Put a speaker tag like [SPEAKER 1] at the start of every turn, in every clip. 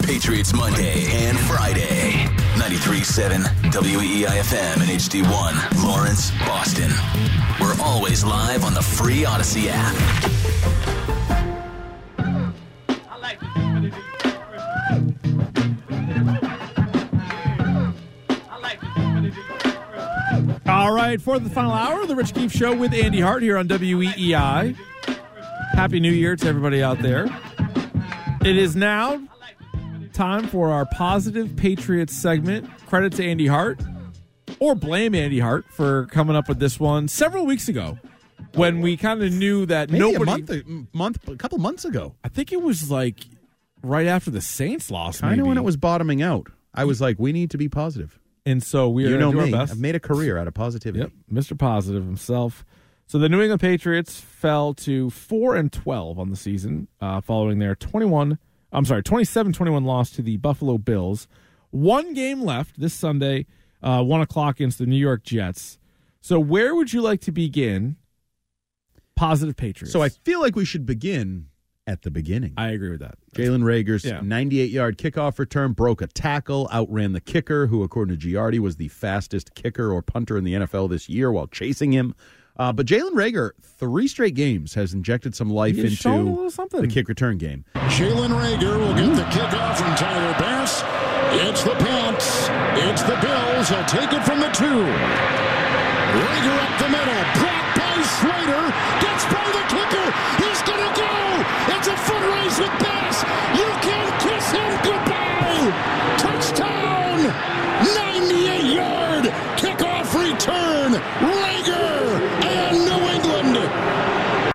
[SPEAKER 1] Patriots Monday and Friday. 93.7 E WEEIFM and HD1, Lawrence, Boston. We're always live on the free Odyssey app.
[SPEAKER 2] All right, for the final hour of the Rich Keefe Show with Andy Hart here on WEEI. Happy New Year to everybody out there. It is now time for our Positive Patriots segment. Credit to Andy Hart, or blame Andy Hart for coming up with this one several weeks ago when we kind of knew that
[SPEAKER 3] Maybe
[SPEAKER 2] nobody.
[SPEAKER 3] a month, a month, a couple months ago.
[SPEAKER 2] I think it was like right after the Saints lost.
[SPEAKER 3] I know when
[SPEAKER 2] maybe.
[SPEAKER 3] it was bottoming out. I was like, we need to be positive.
[SPEAKER 2] And so we are
[SPEAKER 3] you know
[SPEAKER 2] gonna do
[SPEAKER 3] me.
[SPEAKER 2] our best.
[SPEAKER 3] I've made a career out of positivity.
[SPEAKER 2] Yep, Mr. Positive himself. So the New England Patriots fell to 4 and 12 on the season uh, following their 21 I'm sorry, 27-21 loss to the Buffalo Bills. One game left this Sunday, uh, 1 o'clock against the New York Jets. So where would you like to begin? Positive Patriots.
[SPEAKER 3] So I feel like we should begin at the beginning.
[SPEAKER 2] I agree with that.
[SPEAKER 3] Jalen Rager's
[SPEAKER 2] Yeah.
[SPEAKER 3] 98 yard kickoff return broke a tackle, outran the kicker, who, according to Giardi, was the fastest kicker or punter in the NFL this year while chasing him. Uh, but Jalen Rager, three straight games, has injected some life
[SPEAKER 2] He's shown a little
[SPEAKER 3] into
[SPEAKER 2] something.
[SPEAKER 3] the kick return game.
[SPEAKER 4] Jalen Rager will get the kickoff from Tyler Bass. It's the Pats. It's the Bills. He'll take it from the two. Rager up the middle. Blocked by Slater. Gets by the kicker. He's going to go. It's a foot race with Bass. You can kiss him goodbye. Touchdown. 98 yard kickoff return. Rager and New England.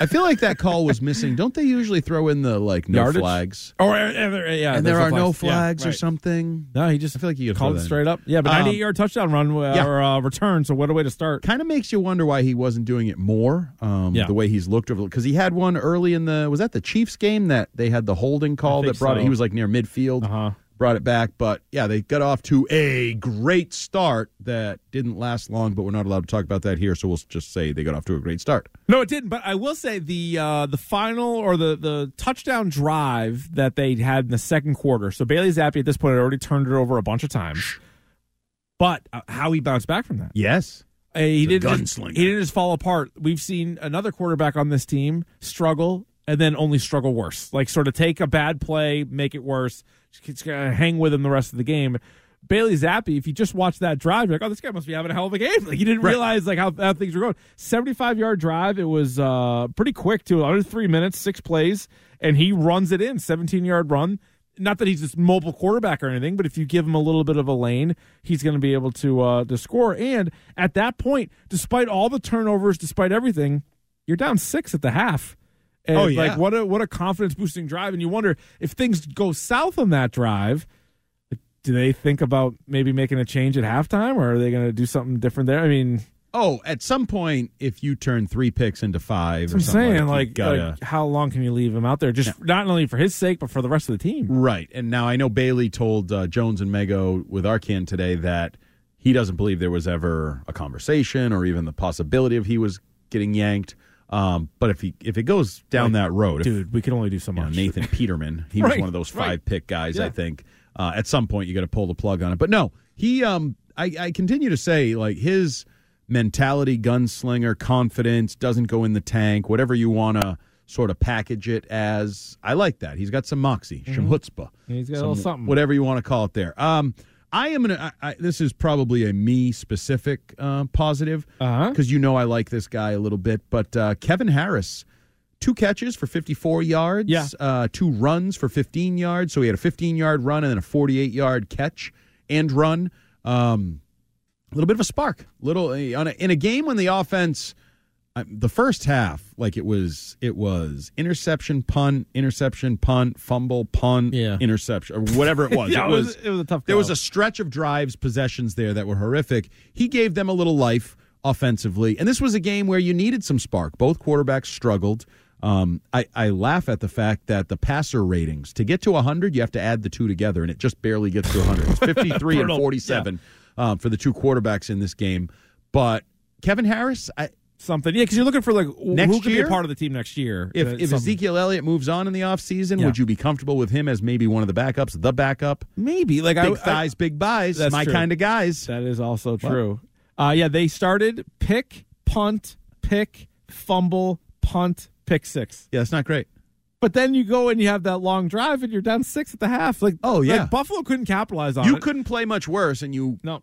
[SPEAKER 3] I feel like that call was missing. Don't they usually throw in the, like, no
[SPEAKER 2] Yardage?
[SPEAKER 3] flags?
[SPEAKER 2] Or uh, there- yeah,
[SPEAKER 3] and there
[SPEAKER 2] there's
[SPEAKER 3] are no
[SPEAKER 2] Yeah,
[SPEAKER 3] flags or
[SPEAKER 2] right.
[SPEAKER 3] something.
[SPEAKER 2] No, he just
[SPEAKER 3] I feel like you could
[SPEAKER 2] called it
[SPEAKER 3] throw that in.
[SPEAKER 2] straight up. Yeah, but
[SPEAKER 3] Um,
[SPEAKER 2] 98 yard touchdown run uh,
[SPEAKER 3] yeah.
[SPEAKER 2] or uh, return. So what a way to start.
[SPEAKER 3] Kind of makes you wonder why he wasn't doing it more. Um,
[SPEAKER 2] Yeah.
[SPEAKER 3] the way he's looked over because he had one early in the was that the Chiefs game that they had the holding call
[SPEAKER 2] think
[SPEAKER 3] that brought
[SPEAKER 2] so.
[SPEAKER 3] it. He was like near midfield,
[SPEAKER 2] Uh-huh.
[SPEAKER 3] brought it back. But yeah, they got off to a great start that didn't last long. But we're not allowed to talk about that here, so we'll just say they got off to a great start.
[SPEAKER 2] No, it didn't. But I will say the uh, the final or the the touchdown drive that they had in the second quarter. So Bailey Zappi at this point had already turned it over a bunch of times. But uh, how he bounced back from that,
[SPEAKER 3] Yes,
[SPEAKER 2] Uh, he
[SPEAKER 3] The
[SPEAKER 2] didn't just, he
[SPEAKER 3] gunslinger.
[SPEAKER 2] didn't just fall apart. We've seen another quarterback on this team struggle and then only struggle worse. Like sort of take a bad play, make it worse. It's gonna hang with him the rest of the game. Bailey Zappi, if you just watch that drive, you're like, oh, this guy must be having a hell of a game. Like you didn't realize like how, how things were going. 75 yard drive. It was uh, pretty quick too. Under three minutes, six plays, and he runs it in. 17 yard run. Not that he's this mobile quarterback or anything, but if you give him a little bit of a lane, he's going to be able to uh, to score. And at that point, despite all the turnovers, despite everything, you're down six at the half. And
[SPEAKER 3] Oh,
[SPEAKER 2] it's
[SPEAKER 3] yeah.
[SPEAKER 2] like what a what a confidence boosting drive. And you wonder if things go south on that drive, do they think about maybe making a change at halftime, or are they going to do something different there? I mean,
[SPEAKER 3] Oh, at some point, if you turn three picks into five, or
[SPEAKER 2] I'm
[SPEAKER 3] something
[SPEAKER 2] saying
[SPEAKER 3] that, you
[SPEAKER 2] like,
[SPEAKER 3] gotta,
[SPEAKER 2] like, how long can you leave him out there? Just not only for his sake, but for the rest of the team.
[SPEAKER 3] Right. And now I know Bailey told uh, Jones and Mego with Arcan today that he doesn't believe there was ever a conversation or even the possibility of he was getting yanked. Um, but if he if it goes down that road, if,
[SPEAKER 2] Dude, we can only do so
[SPEAKER 3] you know,
[SPEAKER 2] much.
[SPEAKER 3] Nathan Peterman, he
[SPEAKER 2] Right,
[SPEAKER 3] was one of those five
[SPEAKER 2] right.
[SPEAKER 3] pick guys,
[SPEAKER 2] Yeah.
[SPEAKER 3] I think. Uh, at some point, you got to pull the plug on it. But no, he. Um, I, I continue to say like his mentality, gunslinger, confidence doesn't go in the tank. Whatever you want to sort of package it as, I like that. He's got some moxie, some chutzpah.
[SPEAKER 2] Mm-hmm. He's got a
[SPEAKER 3] some-
[SPEAKER 2] little something.
[SPEAKER 3] Whatever you want to call it there. Um, I am gonna. I, I, this is probably a me specific uh, positive
[SPEAKER 2] Uh-huh.
[SPEAKER 3] because you know I like this guy a little bit. But uh, Kevin Harris, two catches for 54 yards,
[SPEAKER 2] Yeah.
[SPEAKER 3] uh, two runs for 15 yards. So he had a 15 yard run and then a 48 yard catch and run. Um, a little bit of a spark, little uh, on a, in a game when the offense. I- The first half, like it was, it was interception, punt, interception, punt, fumble, punt,
[SPEAKER 2] Yeah.
[SPEAKER 3] interception, or whatever it was.
[SPEAKER 2] Yeah,
[SPEAKER 3] it was,
[SPEAKER 2] it was a tough.
[SPEAKER 3] there was
[SPEAKER 2] call.
[SPEAKER 3] a stretch of drives, possessions there that were horrific. He gave them a little life offensively, and this was a game where you needed some spark. Both quarterbacks struggled. Um, I, I laugh at the fact that the passer ratings to get to 100, you have to add the two together, and it just barely gets to 100. It's 53 and uh,
[SPEAKER 2] Brutal.
[SPEAKER 3] 47 um, for the two quarterbacks in this game. But Kevin Harris, I,
[SPEAKER 2] something. Yeah, because you're looking for like wh-
[SPEAKER 3] Next
[SPEAKER 2] who could be
[SPEAKER 3] year?
[SPEAKER 2] a part of the team next year.
[SPEAKER 3] If,
[SPEAKER 2] Uh,
[SPEAKER 3] if
[SPEAKER 2] something.
[SPEAKER 3] Ezekiel Elliott moves on in the offseason,
[SPEAKER 2] Yeah.
[SPEAKER 3] would you be comfortable with him as maybe one of the backups, the backup?
[SPEAKER 2] maybe like I,
[SPEAKER 3] Big
[SPEAKER 2] I-
[SPEAKER 3] thighs, big buys,
[SPEAKER 2] That's
[SPEAKER 3] my
[SPEAKER 2] true.
[SPEAKER 3] kind of guys.
[SPEAKER 2] that is also true. Uh, yeah, they started pick, punt, pick, fumble, punt, pick six.
[SPEAKER 3] Yeah, that's not great.
[SPEAKER 2] But then you go and you have that long drive and you're down six at the half. Like
[SPEAKER 3] Oh, yeah.
[SPEAKER 2] like Buffalo couldn't capitalize on
[SPEAKER 3] You
[SPEAKER 2] it.
[SPEAKER 3] couldn't play much worse, and you
[SPEAKER 2] no.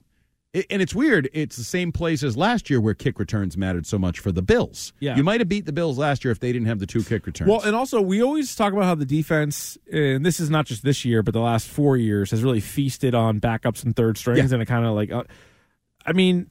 [SPEAKER 3] It, and it's weird. It's the same place as last year where kick returns mattered so much for the Bills.
[SPEAKER 2] Yeah.
[SPEAKER 3] You might have beat the Bills last year if they didn't have the two kick returns.
[SPEAKER 2] Well, and also we always talk about how the defense, and this is not just this year, but the last four years has really feasted on backups and third strings,
[SPEAKER 3] Yeah.
[SPEAKER 2] and it kind of like, uh, I mean,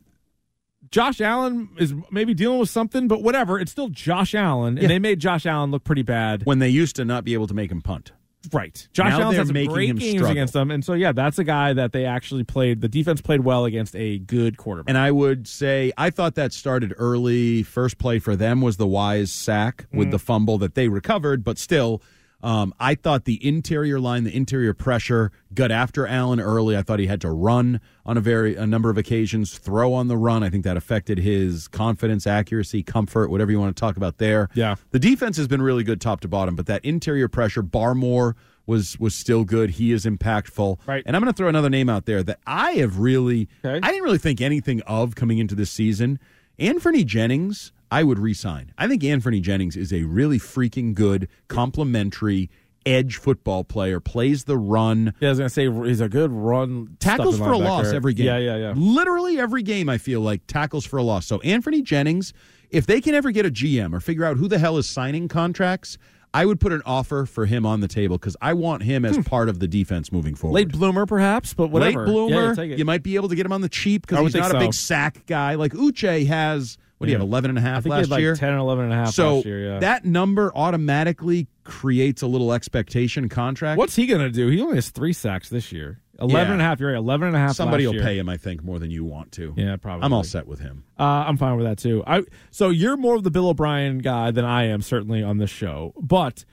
[SPEAKER 2] Josh Allen is maybe dealing with something, but whatever. It's still Josh Allen, and
[SPEAKER 3] Yeah.
[SPEAKER 2] they made Josh Allen look pretty bad.
[SPEAKER 3] when they used to not be able to make him punt.
[SPEAKER 2] Right. Josh
[SPEAKER 3] Now
[SPEAKER 2] Allen's
[SPEAKER 3] they're
[SPEAKER 2] had some
[SPEAKER 3] making
[SPEAKER 2] great
[SPEAKER 3] him
[SPEAKER 2] games
[SPEAKER 3] struggle.
[SPEAKER 2] against them, and so yeah, that's a guy that they actually played. The defense played well against a good quarterback.
[SPEAKER 3] And I would say I thought that started early. First play for them was the Wise sack
[SPEAKER 2] Mm.
[SPEAKER 3] with the fumble that they recovered, but still. Um, I thought the interior line, the interior pressure, got after Allen early. I thought he had to run on a very a number of occasions, throw on the run. I think that affected his confidence, accuracy, comfort, whatever you want to talk about there.
[SPEAKER 2] Yeah.
[SPEAKER 3] The defense has been really good top to bottom, but that interior pressure, Barmore was was still good. He is impactful.
[SPEAKER 2] Right.
[SPEAKER 3] And I'm going to throw another name out there that I have really
[SPEAKER 2] Okay.
[SPEAKER 3] I didn't really think anything of coming into this season. Anthony Jennings, I would re-sign. I think Anthony Jennings is a really freaking good complimentary edge football player. Plays the run,
[SPEAKER 2] yeah, I was gonna say he's a good run
[SPEAKER 3] tackles
[SPEAKER 2] stuffing
[SPEAKER 3] for a
[SPEAKER 2] linebacker.
[SPEAKER 3] loss every game.
[SPEAKER 2] Yeah, yeah, yeah.
[SPEAKER 3] Literally every game, I feel like tackles for a loss. So Anthony Jennings, if they can ever get a GM or figure out who the hell is signing contracts, I would put an offer for him on the table because I want him as part of the defense moving forward.
[SPEAKER 2] Hmm. Late bloomer, perhaps, but whatever.
[SPEAKER 3] Late
[SPEAKER 2] Yeah, yeah,
[SPEAKER 3] bloomer,
[SPEAKER 2] take it.
[SPEAKER 3] you might be able to get him on the
[SPEAKER 2] I
[SPEAKER 3] cheap because
[SPEAKER 2] would
[SPEAKER 3] he's
[SPEAKER 2] think
[SPEAKER 3] not a
[SPEAKER 2] so.
[SPEAKER 3] big sack guy. Like Uche has, what do you
[SPEAKER 2] Yeah.
[SPEAKER 3] have, 11 and a half
[SPEAKER 2] I think
[SPEAKER 3] last
[SPEAKER 2] he had like
[SPEAKER 3] year?
[SPEAKER 2] 10 or 11 and a half
[SPEAKER 3] so
[SPEAKER 2] last year, yeah.
[SPEAKER 3] that number automatically creates a little expectation contract.
[SPEAKER 2] What's he going to do? He only has three sacks this year. 11
[SPEAKER 3] Yeah.
[SPEAKER 2] and a half, you're right. 11 and a half
[SPEAKER 3] Somebody
[SPEAKER 2] last
[SPEAKER 3] will
[SPEAKER 2] year.
[SPEAKER 3] pay him, I think, more than you want to.
[SPEAKER 2] Yeah, probably.
[SPEAKER 3] I'm all set with him.
[SPEAKER 2] Uh, I'm fine with that, too. I So you're more of the Bill O'Brien guy than I am, certainly, on this show. But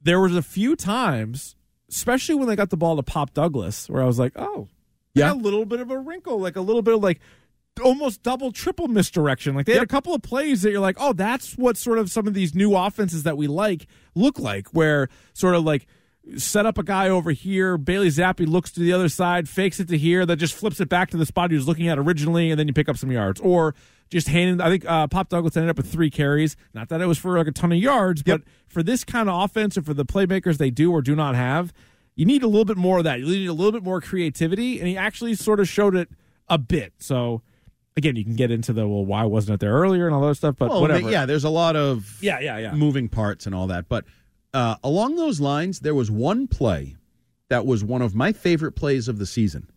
[SPEAKER 2] there was a few times, especially when they got the ball to Pop Douglas, where I was like, oh, they
[SPEAKER 3] Yeah.
[SPEAKER 2] got a little bit of a wrinkle, like a little bit of like almost double triple misdirection. Like they had a couple of plays that you're like, oh, that's what sort of some of these new offenses that we like look like, where sort of like set up a guy over here, Bailey Zappi looks to the other side, fakes it to here, that just flips it back to the spot he was looking at originally, and then you pick up some yards. Or just handing, I think uh, Pop Douglas ended up with three carries. Not that it was for like a ton of yards, but for this kind of offense and for the playmakers they do or do not have, you need a little bit more of that. You need a little bit more creativity, and he actually sort of showed it a bit. So, again, you can get into the well, why wasn't it there earlier and all that stuff, but
[SPEAKER 3] Well,
[SPEAKER 2] whatever.
[SPEAKER 3] Oh, yeah, there's a lot of
[SPEAKER 2] yeah, yeah, yeah.
[SPEAKER 3] moving parts and all that. But uh, along those lines, there was one play that was one of my favorite plays of the season.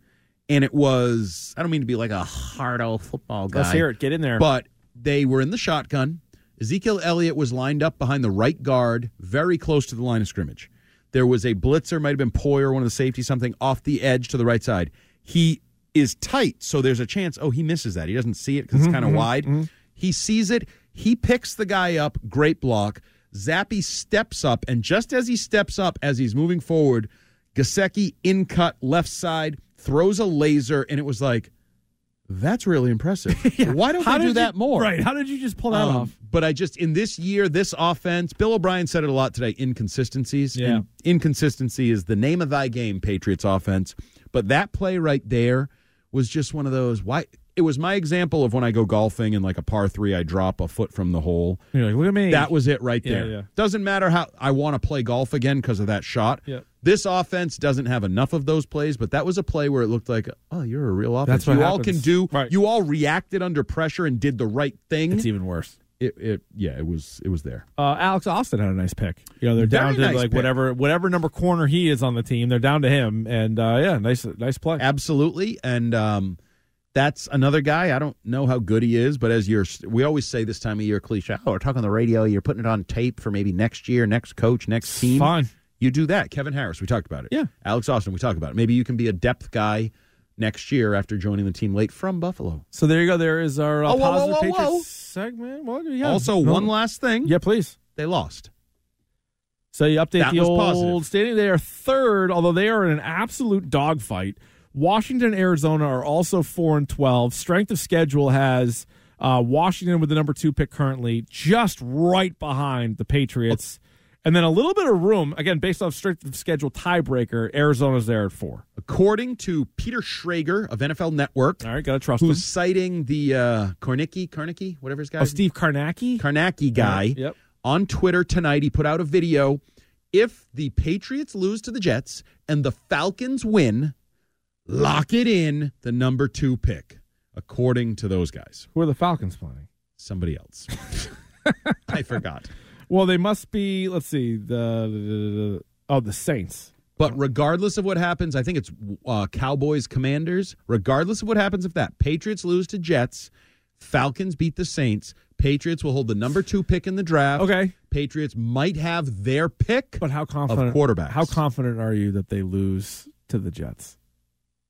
[SPEAKER 3] And it was, I don't mean to be like a hard old football guy.
[SPEAKER 2] Let's hear it. Get in there.
[SPEAKER 3] But they were in the shotgun. Ezekiel Elliott was lined up behind the right guard, very close to the line of scrimmage. There was a blitzer, might have been Poyer, one of the safety, something off the edge to the right side. He is tight, so there's a chance. Oh, he misses that. He doesn't see it because it's kind of wide. He sees it. He picks the guy up. Great block. Zappy steps up, and just as he steps up, as he's moving forward, Gasecki in cut left side throws a laser, and it was like, that's really impressive. Why don't
[SPEAKER 2] How
[SPEAKER 3] they do
[SPEAKER 2] did
[SPEAKER 3] that
[SPEAKER 2] you-
[SPEAKER 3] more?
[SPEAKER 2] Right. How did you just pull that
[SPEAKER 3] Um,
[SPEAKER 2] off?
[SPEAKER 3] But I just in this year, this offense, Bill O'Brien said it a lot today. Inconsistencies.
[SPEAKER 2] Yeah.
[SPEAKER 3] And inconsistency is the name of thy game, Patriots offense. But that play right there was just one of those. Why? It was my example of when I go golfing and like a par three, I drop a foot from the hole.
[SPEAKER 2] You're like, look at me.
[SPEAKER 3] That was it right
[SPEAKER 2] Yeah,
[SPEAKER 3] there.
[SPEAKER 2] yeah.
[SPEAKER 3] Doesn't matter how I want to play golf again because of that shot.
[SPEAKER 2] Yep.
[SPEAKER 3] This offense doesn't have enough of those plays, but that was a play where it looked like, oh, you're a real offense.
[SPEAKER 2] That's what
[SPEAKER 3] you all can
[SPEAKER 2] happens.
[SPEAKER 3] do.
[SPEAKER 2] Right.
[SPEAKER 3] You all reacted under pressure and did the right thing.
[SPEAKER 2] It's even worse.
[SPEAKER 3] it, it, yeah, it was, it was there.
[SPEAKER 2] Uh, Alex Austin had a nice pick. You know, they're down
[SPEAKER 3] Very
[SPEAKER 2] to
[SPEAKER 3] nice
[SPEAKER 2] like
[SPEAKER 3] pick.
[SPEAKER 2] whatever whatever number corner he is on the team. They're down to him, and uh, yeah, nice nice play.
[SPEAKER 3] Absolutely, and um, that's another guy. I don't know how good he is, but as you're, we always say this time of year cliche. Oh, we're talking on the radio. You're putting it on tape for maybe next year, next coach, next team.
[SPEAKER 2] Fine.
[SPEAKER 3] You do that. Kevin Harris, we talked about it.
[SPEAKER 2] Yeah.
[SPEAKER 3] Alex Austin, we talked about it. Maybe you can be a depth guy next year after joining the team late from Buffalo.
[SPEAKER 2] So there you go. There is our uh,
[SPEAKER 3] Oh, whoa, whoa,
[SPEAKER 2] positive
[SPEAKER 3] whoa,
[SPEAKER 2] Patriots
[SPEAKER 3] whoa.
[SPEAKER 2] segment. Well, yeah.
[SPEAKER 3] Also,
[SPEAKER 2] No.
[SPEAKER 3] one last thing.
[SPEAKER 2] Yeah, please.
[SPEAKER 3] They lost.
[SPEAKER 2] So you update
[SPEAKER 3] That
[SPEAKER 2] the
[SPEAKER 3] was
[SPEAKER 2] old
[SPEAKER 3] positive.
[SPEAKER 2] standing. They are third, although they are in an absolute dogfight. Washington and Arizona are also four and twelve. Strength of schedule has Uh, Washington with the number two pick currently, just right behind the Patriots. And then a little bit of room, again, based off strength of schedule tiebreaker, Arizona's there at four.
[SPEAKER 3] According to Peter Schrager of NFL Network,
[SPEAKER 2] All right, got to trust him.
[SPEAKER 3] who's citing the uh, Kornicki, Kornicki, whatever his guy
[SPEAKER 2] Oh, Steve Karnacki?
[SPEAKER 3] Karnacki guy
[SPEAKER 2] Yeah, yep.
[SPEAKER 3] on Twitter tonight. He put out a video. If the Patriots lose to the Jets and the Falcons win, lock it in the number two pick, according to those guys.
[SPEAKER 2] Who are the Falcons playing?
[SPEAKER 3] Somebody else. I forgot.
[SPEAKER 2] Well, they must be. Let's see. The, the- oh, the Saints.
[SPEAKER 3] But regardless of what happens, I think it's uh, Cowboys Commanders. Regardless of what happens, if that Patriots lose to Jets, Falcons beat the Saints. Patriots will hold the number two pick in the draft.
[SPEAKER 2] Okay.
[SPEAKER 3] Patriots might have their pick.
[SPEAKER 2] But how confident?
[SPEAKER 3] quarterbacks.
[SPEAKER 2] How confident are you that they lose to the Jets?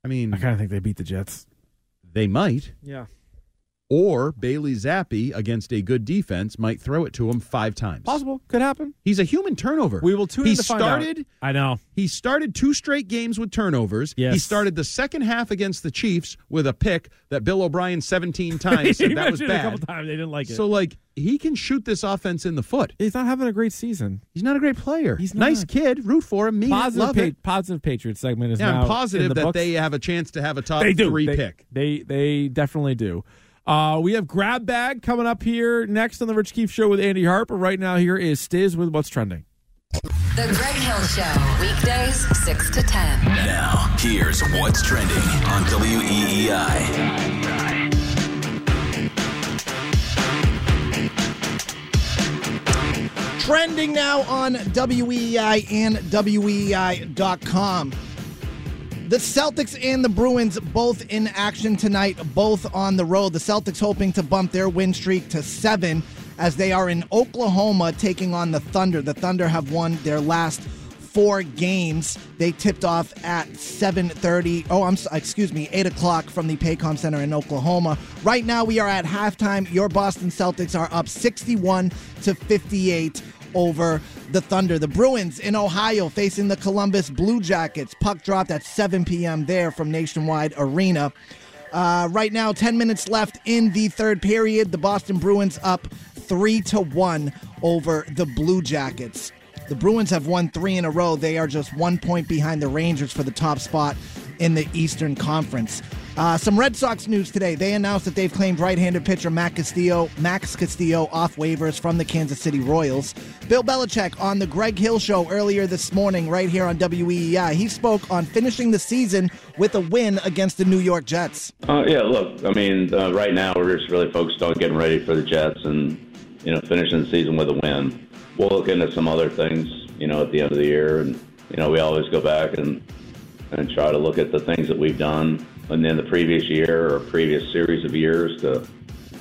[SPEAKER 3] I mean,
[SPEAKER 2] I kind of think they beat the Jets.
[SPEAKER 3] they might.
[SPEAKER 2] Yeah.
[SPEAKER 3] Or Bailey Zappi against a good defense might throw it to him five times.
[SPEAKER 2] Possible. Could happen.
[SPEAKER 3] He's a human turnover.
[SPEAKER 2] We will tune
[SPEAKER 3] he
[SPEAKER 2] in to find out.
[SPEAKER 3] started,
[SPEAKER 2] I know.
[SPEAKER 3] He started two straight games with turnovers.
[SPEAKER 2] Yes.
[SPEAKER 3] He started the second half against the Chiefs with a pick that Bill O'Brien 17 times said
[SPEAKER 2] He
[SPEAKER 3] that was
[SPEAKER 2] mentioned it A
[SPEAKER 3] bad.
[SPEAKER 2] couple times they didn't like it.
[SPEAKER 3] So, like, he can shoot this offense in the foot.
[SPEAKER 2] he's not having a great season.
[SPEAKER 3] He's not a great player.
[SPEAKER 2] He's
[SPEAKER 3] nice
[SPEAKER 2] not.
[SPEAKER 3] kid. Root for him. Me,
[SPEAKER 2] Positive,
[SPEAKER 3] love
[SPEAKER 2] pa-
[SPEAKER 3] it.
[SPEAKER 2] positive Patriot segment is
[SPEAKER 3] Yeah,
[SPEAKER 2] now
[SPEAKER 3] I'm
[SPEAKER 2] in the
[SPEAKER 3] positive that
[SPEAKER 2] books.
[SPEAKER 3] they have a chance to have a top
[SPEAKER 2] they do
[SPEAKER 3] three
[SPEAKER 2] They-
[SPEAKER 3] pick.
[SPEAKER 2] They they definitely do. Uh, we have grab bag coming up here next on the Rich Keefe Show with Andy Harper. Right now, here is Stiz with what's trending.
[SPEAKER 5] The Greg Hill Show, weekdays 6 to 10.
[SPEAKER 1] Now, here's what's trending on E WEEI.
[SPEAKER 6] trending now on WEEI and E WEEI.com. The Celtics and the Bruins both in action tonight, both on the road. The Celtics hoping to bump their win streak to seven as they are in Oklahoma taking on the Thunder. The Thunder have won their last four games. They tipped off at 7:30. Oh, I'm s- excuse me, eight o'clock from the Paycom Center in Oklahoma. Right now we are at halftime. Your Boston Celtics are up 61 to 58 over the Thunder. The Bruins in Ohio facing the Columbus Blue Jackets. Puck dropped at 7 p.m. there from Nationwide Arena. Uh, right now, 10 minutes left in the third period. The Boston Bruins up 3 to 1 over the Blue Jackets. The Bruins have won three in a row. They are just one point behind the Rangers for the top spot in the Eastern Conference. Uh, some Red Sox news today. They announced that they've claimed right-handed pitcher Matt Castillo, Max Castillo off waivers from the Kansas City Royals. Bill Belichick on the Greg Hill Show earlier this morning, right here on WEEI. He spoke on finishing the season with a win against the New York Jets.
[SPEAKER 7] Uh, yeah, look, I mean, uh, right now we're just really focused on getting ready for the Jets and, you know, finishing the season with a win. We'll look into some other things, you know, at the end of the year. And, you know, we always go back and, and try to look at the things that we've done and then the previous year or previous series of years to,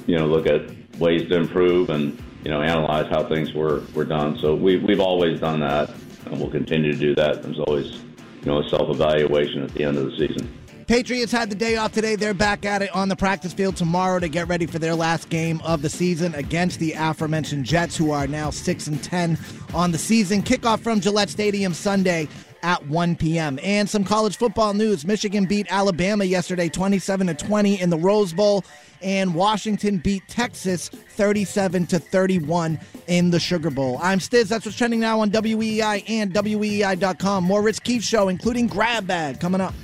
[SPEAKER 7] you know, look at ways to improve and, you know, analyze how things were, were done. So we, we've always done that and we'll continue to do that. There's always, you know, a self evaluation at the end of the season.
[SPEAKER 6] Patriots had the day off today. They're back at it on the practice field tomorrow to get ready for their last game of the season against the aforementioned Jets, who are now six and ten on the season. Kickoff from Gillette Stadium Sunday at 1 p.m. And some college football news: Michigan beat Alabama yesterday, 27 to 20 in the Rose Bowl, and Washington beat Texas 37 to 31 in the Sugar Bowl. I'm Stiz. That's what's trending now on WEI and E WEI.com. More Ritz Keefe show, including grab bag, coming up.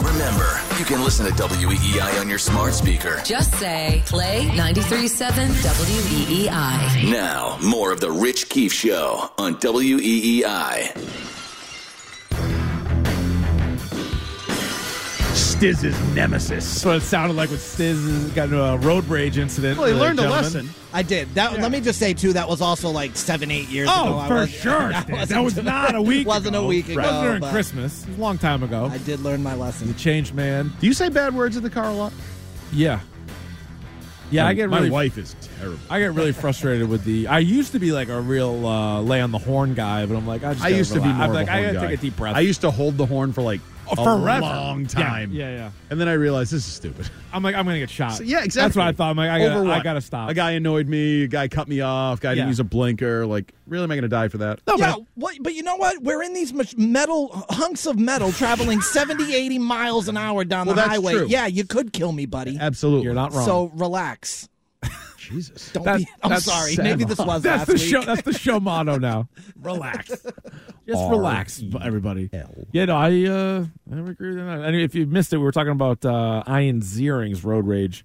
[SPEAKER 1] Remember, you can listen to WEEI on your smart speaker.
[SPEAKER 5] Just say, play 93.7 E WEEI.
[SPEAKER 1] Now, more of The Rich Keefe Show on E WEEI.
[SPEAKER 3] Stiz's nemesis.
[SPEAKER 2] That's what it sounded like when Stiz got into a road rage incident.
[SPEAKER 3] Well, he
[SPEAKER 2] with
[SPEAKER 3] learned a
[SPEAKER 2] gentleman.
[SPEAKER 3] lesson.
[SPEAKER 6] I did. That let me just say too. That was also like seven, eight years ago.
[SPEAKER 2] Oh,
[SPEAKER 6] I
[SPEAKER 2] for
[SPEAKER 6] was-
[SPEAKER 2] sure. That,
[SPEAKER 6] wasn't-
[SPEAKER 2] was not a week.
[SPEAKER 6] wasn't a
[SPEAKER 2] ago.
[SPEAKER 6] week ago,
[SPEAKER 2] Wasn't during
[SPEAKER 6] but-
[SPEAKER 2] Christmas. It was a long time ago.
[SPEAKER 6] I did learn my lesson.
[SPEAKER 2] the changed man.
[SPEAKER 3] Do you say bad words in the car a lot?
[SPEAKER 2] Yeah. Yeah, I get
[SPEAKER 3] My
[SPEAKER 2] really
[SPEAKER 3] wife is terrible.
[SPEAKER 2] I get really frustrated with the. I used to be like a real uh, lay on the horn guy, but I'm like I just.
[SPEAKER 3] I
[SPEAKER 2] gotta
[SPEAKER 3] used to be
[SPEAKER 2] relax.
[SPEAKER 3] more
[SPEAKER 2] I'm
[SPEAKER 3] of
[SPEAKER 2] like
[SPEAKER 3] a
[SPEAKER 2] I
[SPEAKER 3] horn
[SPEAKER 2] gotta
[SPEAKER 3] guy.
[SPEAKER 2] take a deep breath. Oh,
[SPEAKER 3] I used to hold the horn for like
[SPEAKER 2] forever.
[SPEAKER 3] a long time.
[SPEAKER 2] Yeah, yeah, yeah.
[SPEAKER 3] And then I realized this is stupid.
[SPEAKER 2] I'm like, I'm gonna get shot.
[SPEAKER 3] So, yeah, exactly.
[SPEAKER 2] That's what I thought. I'm like, I
[SPEAKER 3] Over
[SPEAKER 2] gotta, I
[SPEAKER 3] what?
[SPEAKER 2] gotta stop.
[SPEAKER 3] A guy annoyed me. A guy cut me off. Guy
[SPEAKER 2] Yeah.
[SPEAKER 3] didn't use a blinker. Like, really, am I going to die for that?
[SPEAKER 2] No,
[SPEAKER 6] yeah,
[SPEAKER 2] but
[SPEAKER 6] what, but you know what? We're in these mach- metal hunks of metal traveling 70, 80 miles an hour down
[SPEAKER 3] Well,
[SPEAKER 6] the
[SPEAKER 3] that's
[SPEAKER 6] highway.
[SPEAKER 3] true.
[SPEAKER 6] Yeah, you could kill me, buddy.
[SPEAKER 3] Absolutely.
[SPEAKER 2] you're not wrong.
[SPEAKER 6] So relax.
[SPEAKER 3] Jesus.
[SPEAKER 6] Don't
[SPEAKER 2] That's-
[SPEAKER 6] be. I'm
[SPEAKER 2] that's
[SPEAKER 6] sorry.
[SPEAKER 2] sad.
[SPEAKER 6] Maybe this was
[SPEAKER 2] that's
[SPEAKER 6] last
[SPEAKER 2] the
[SPEAKER 6] week.
[SPEAKER 2] show. That's the show motto now. relax. Just relax,
[SPEAKER 3] E
[SPEAKER 2] b- everybody. Yeah, no, I uh, I agree with that. Anyway, if you missed it, we were talking about uh, Ian Ziering's road rage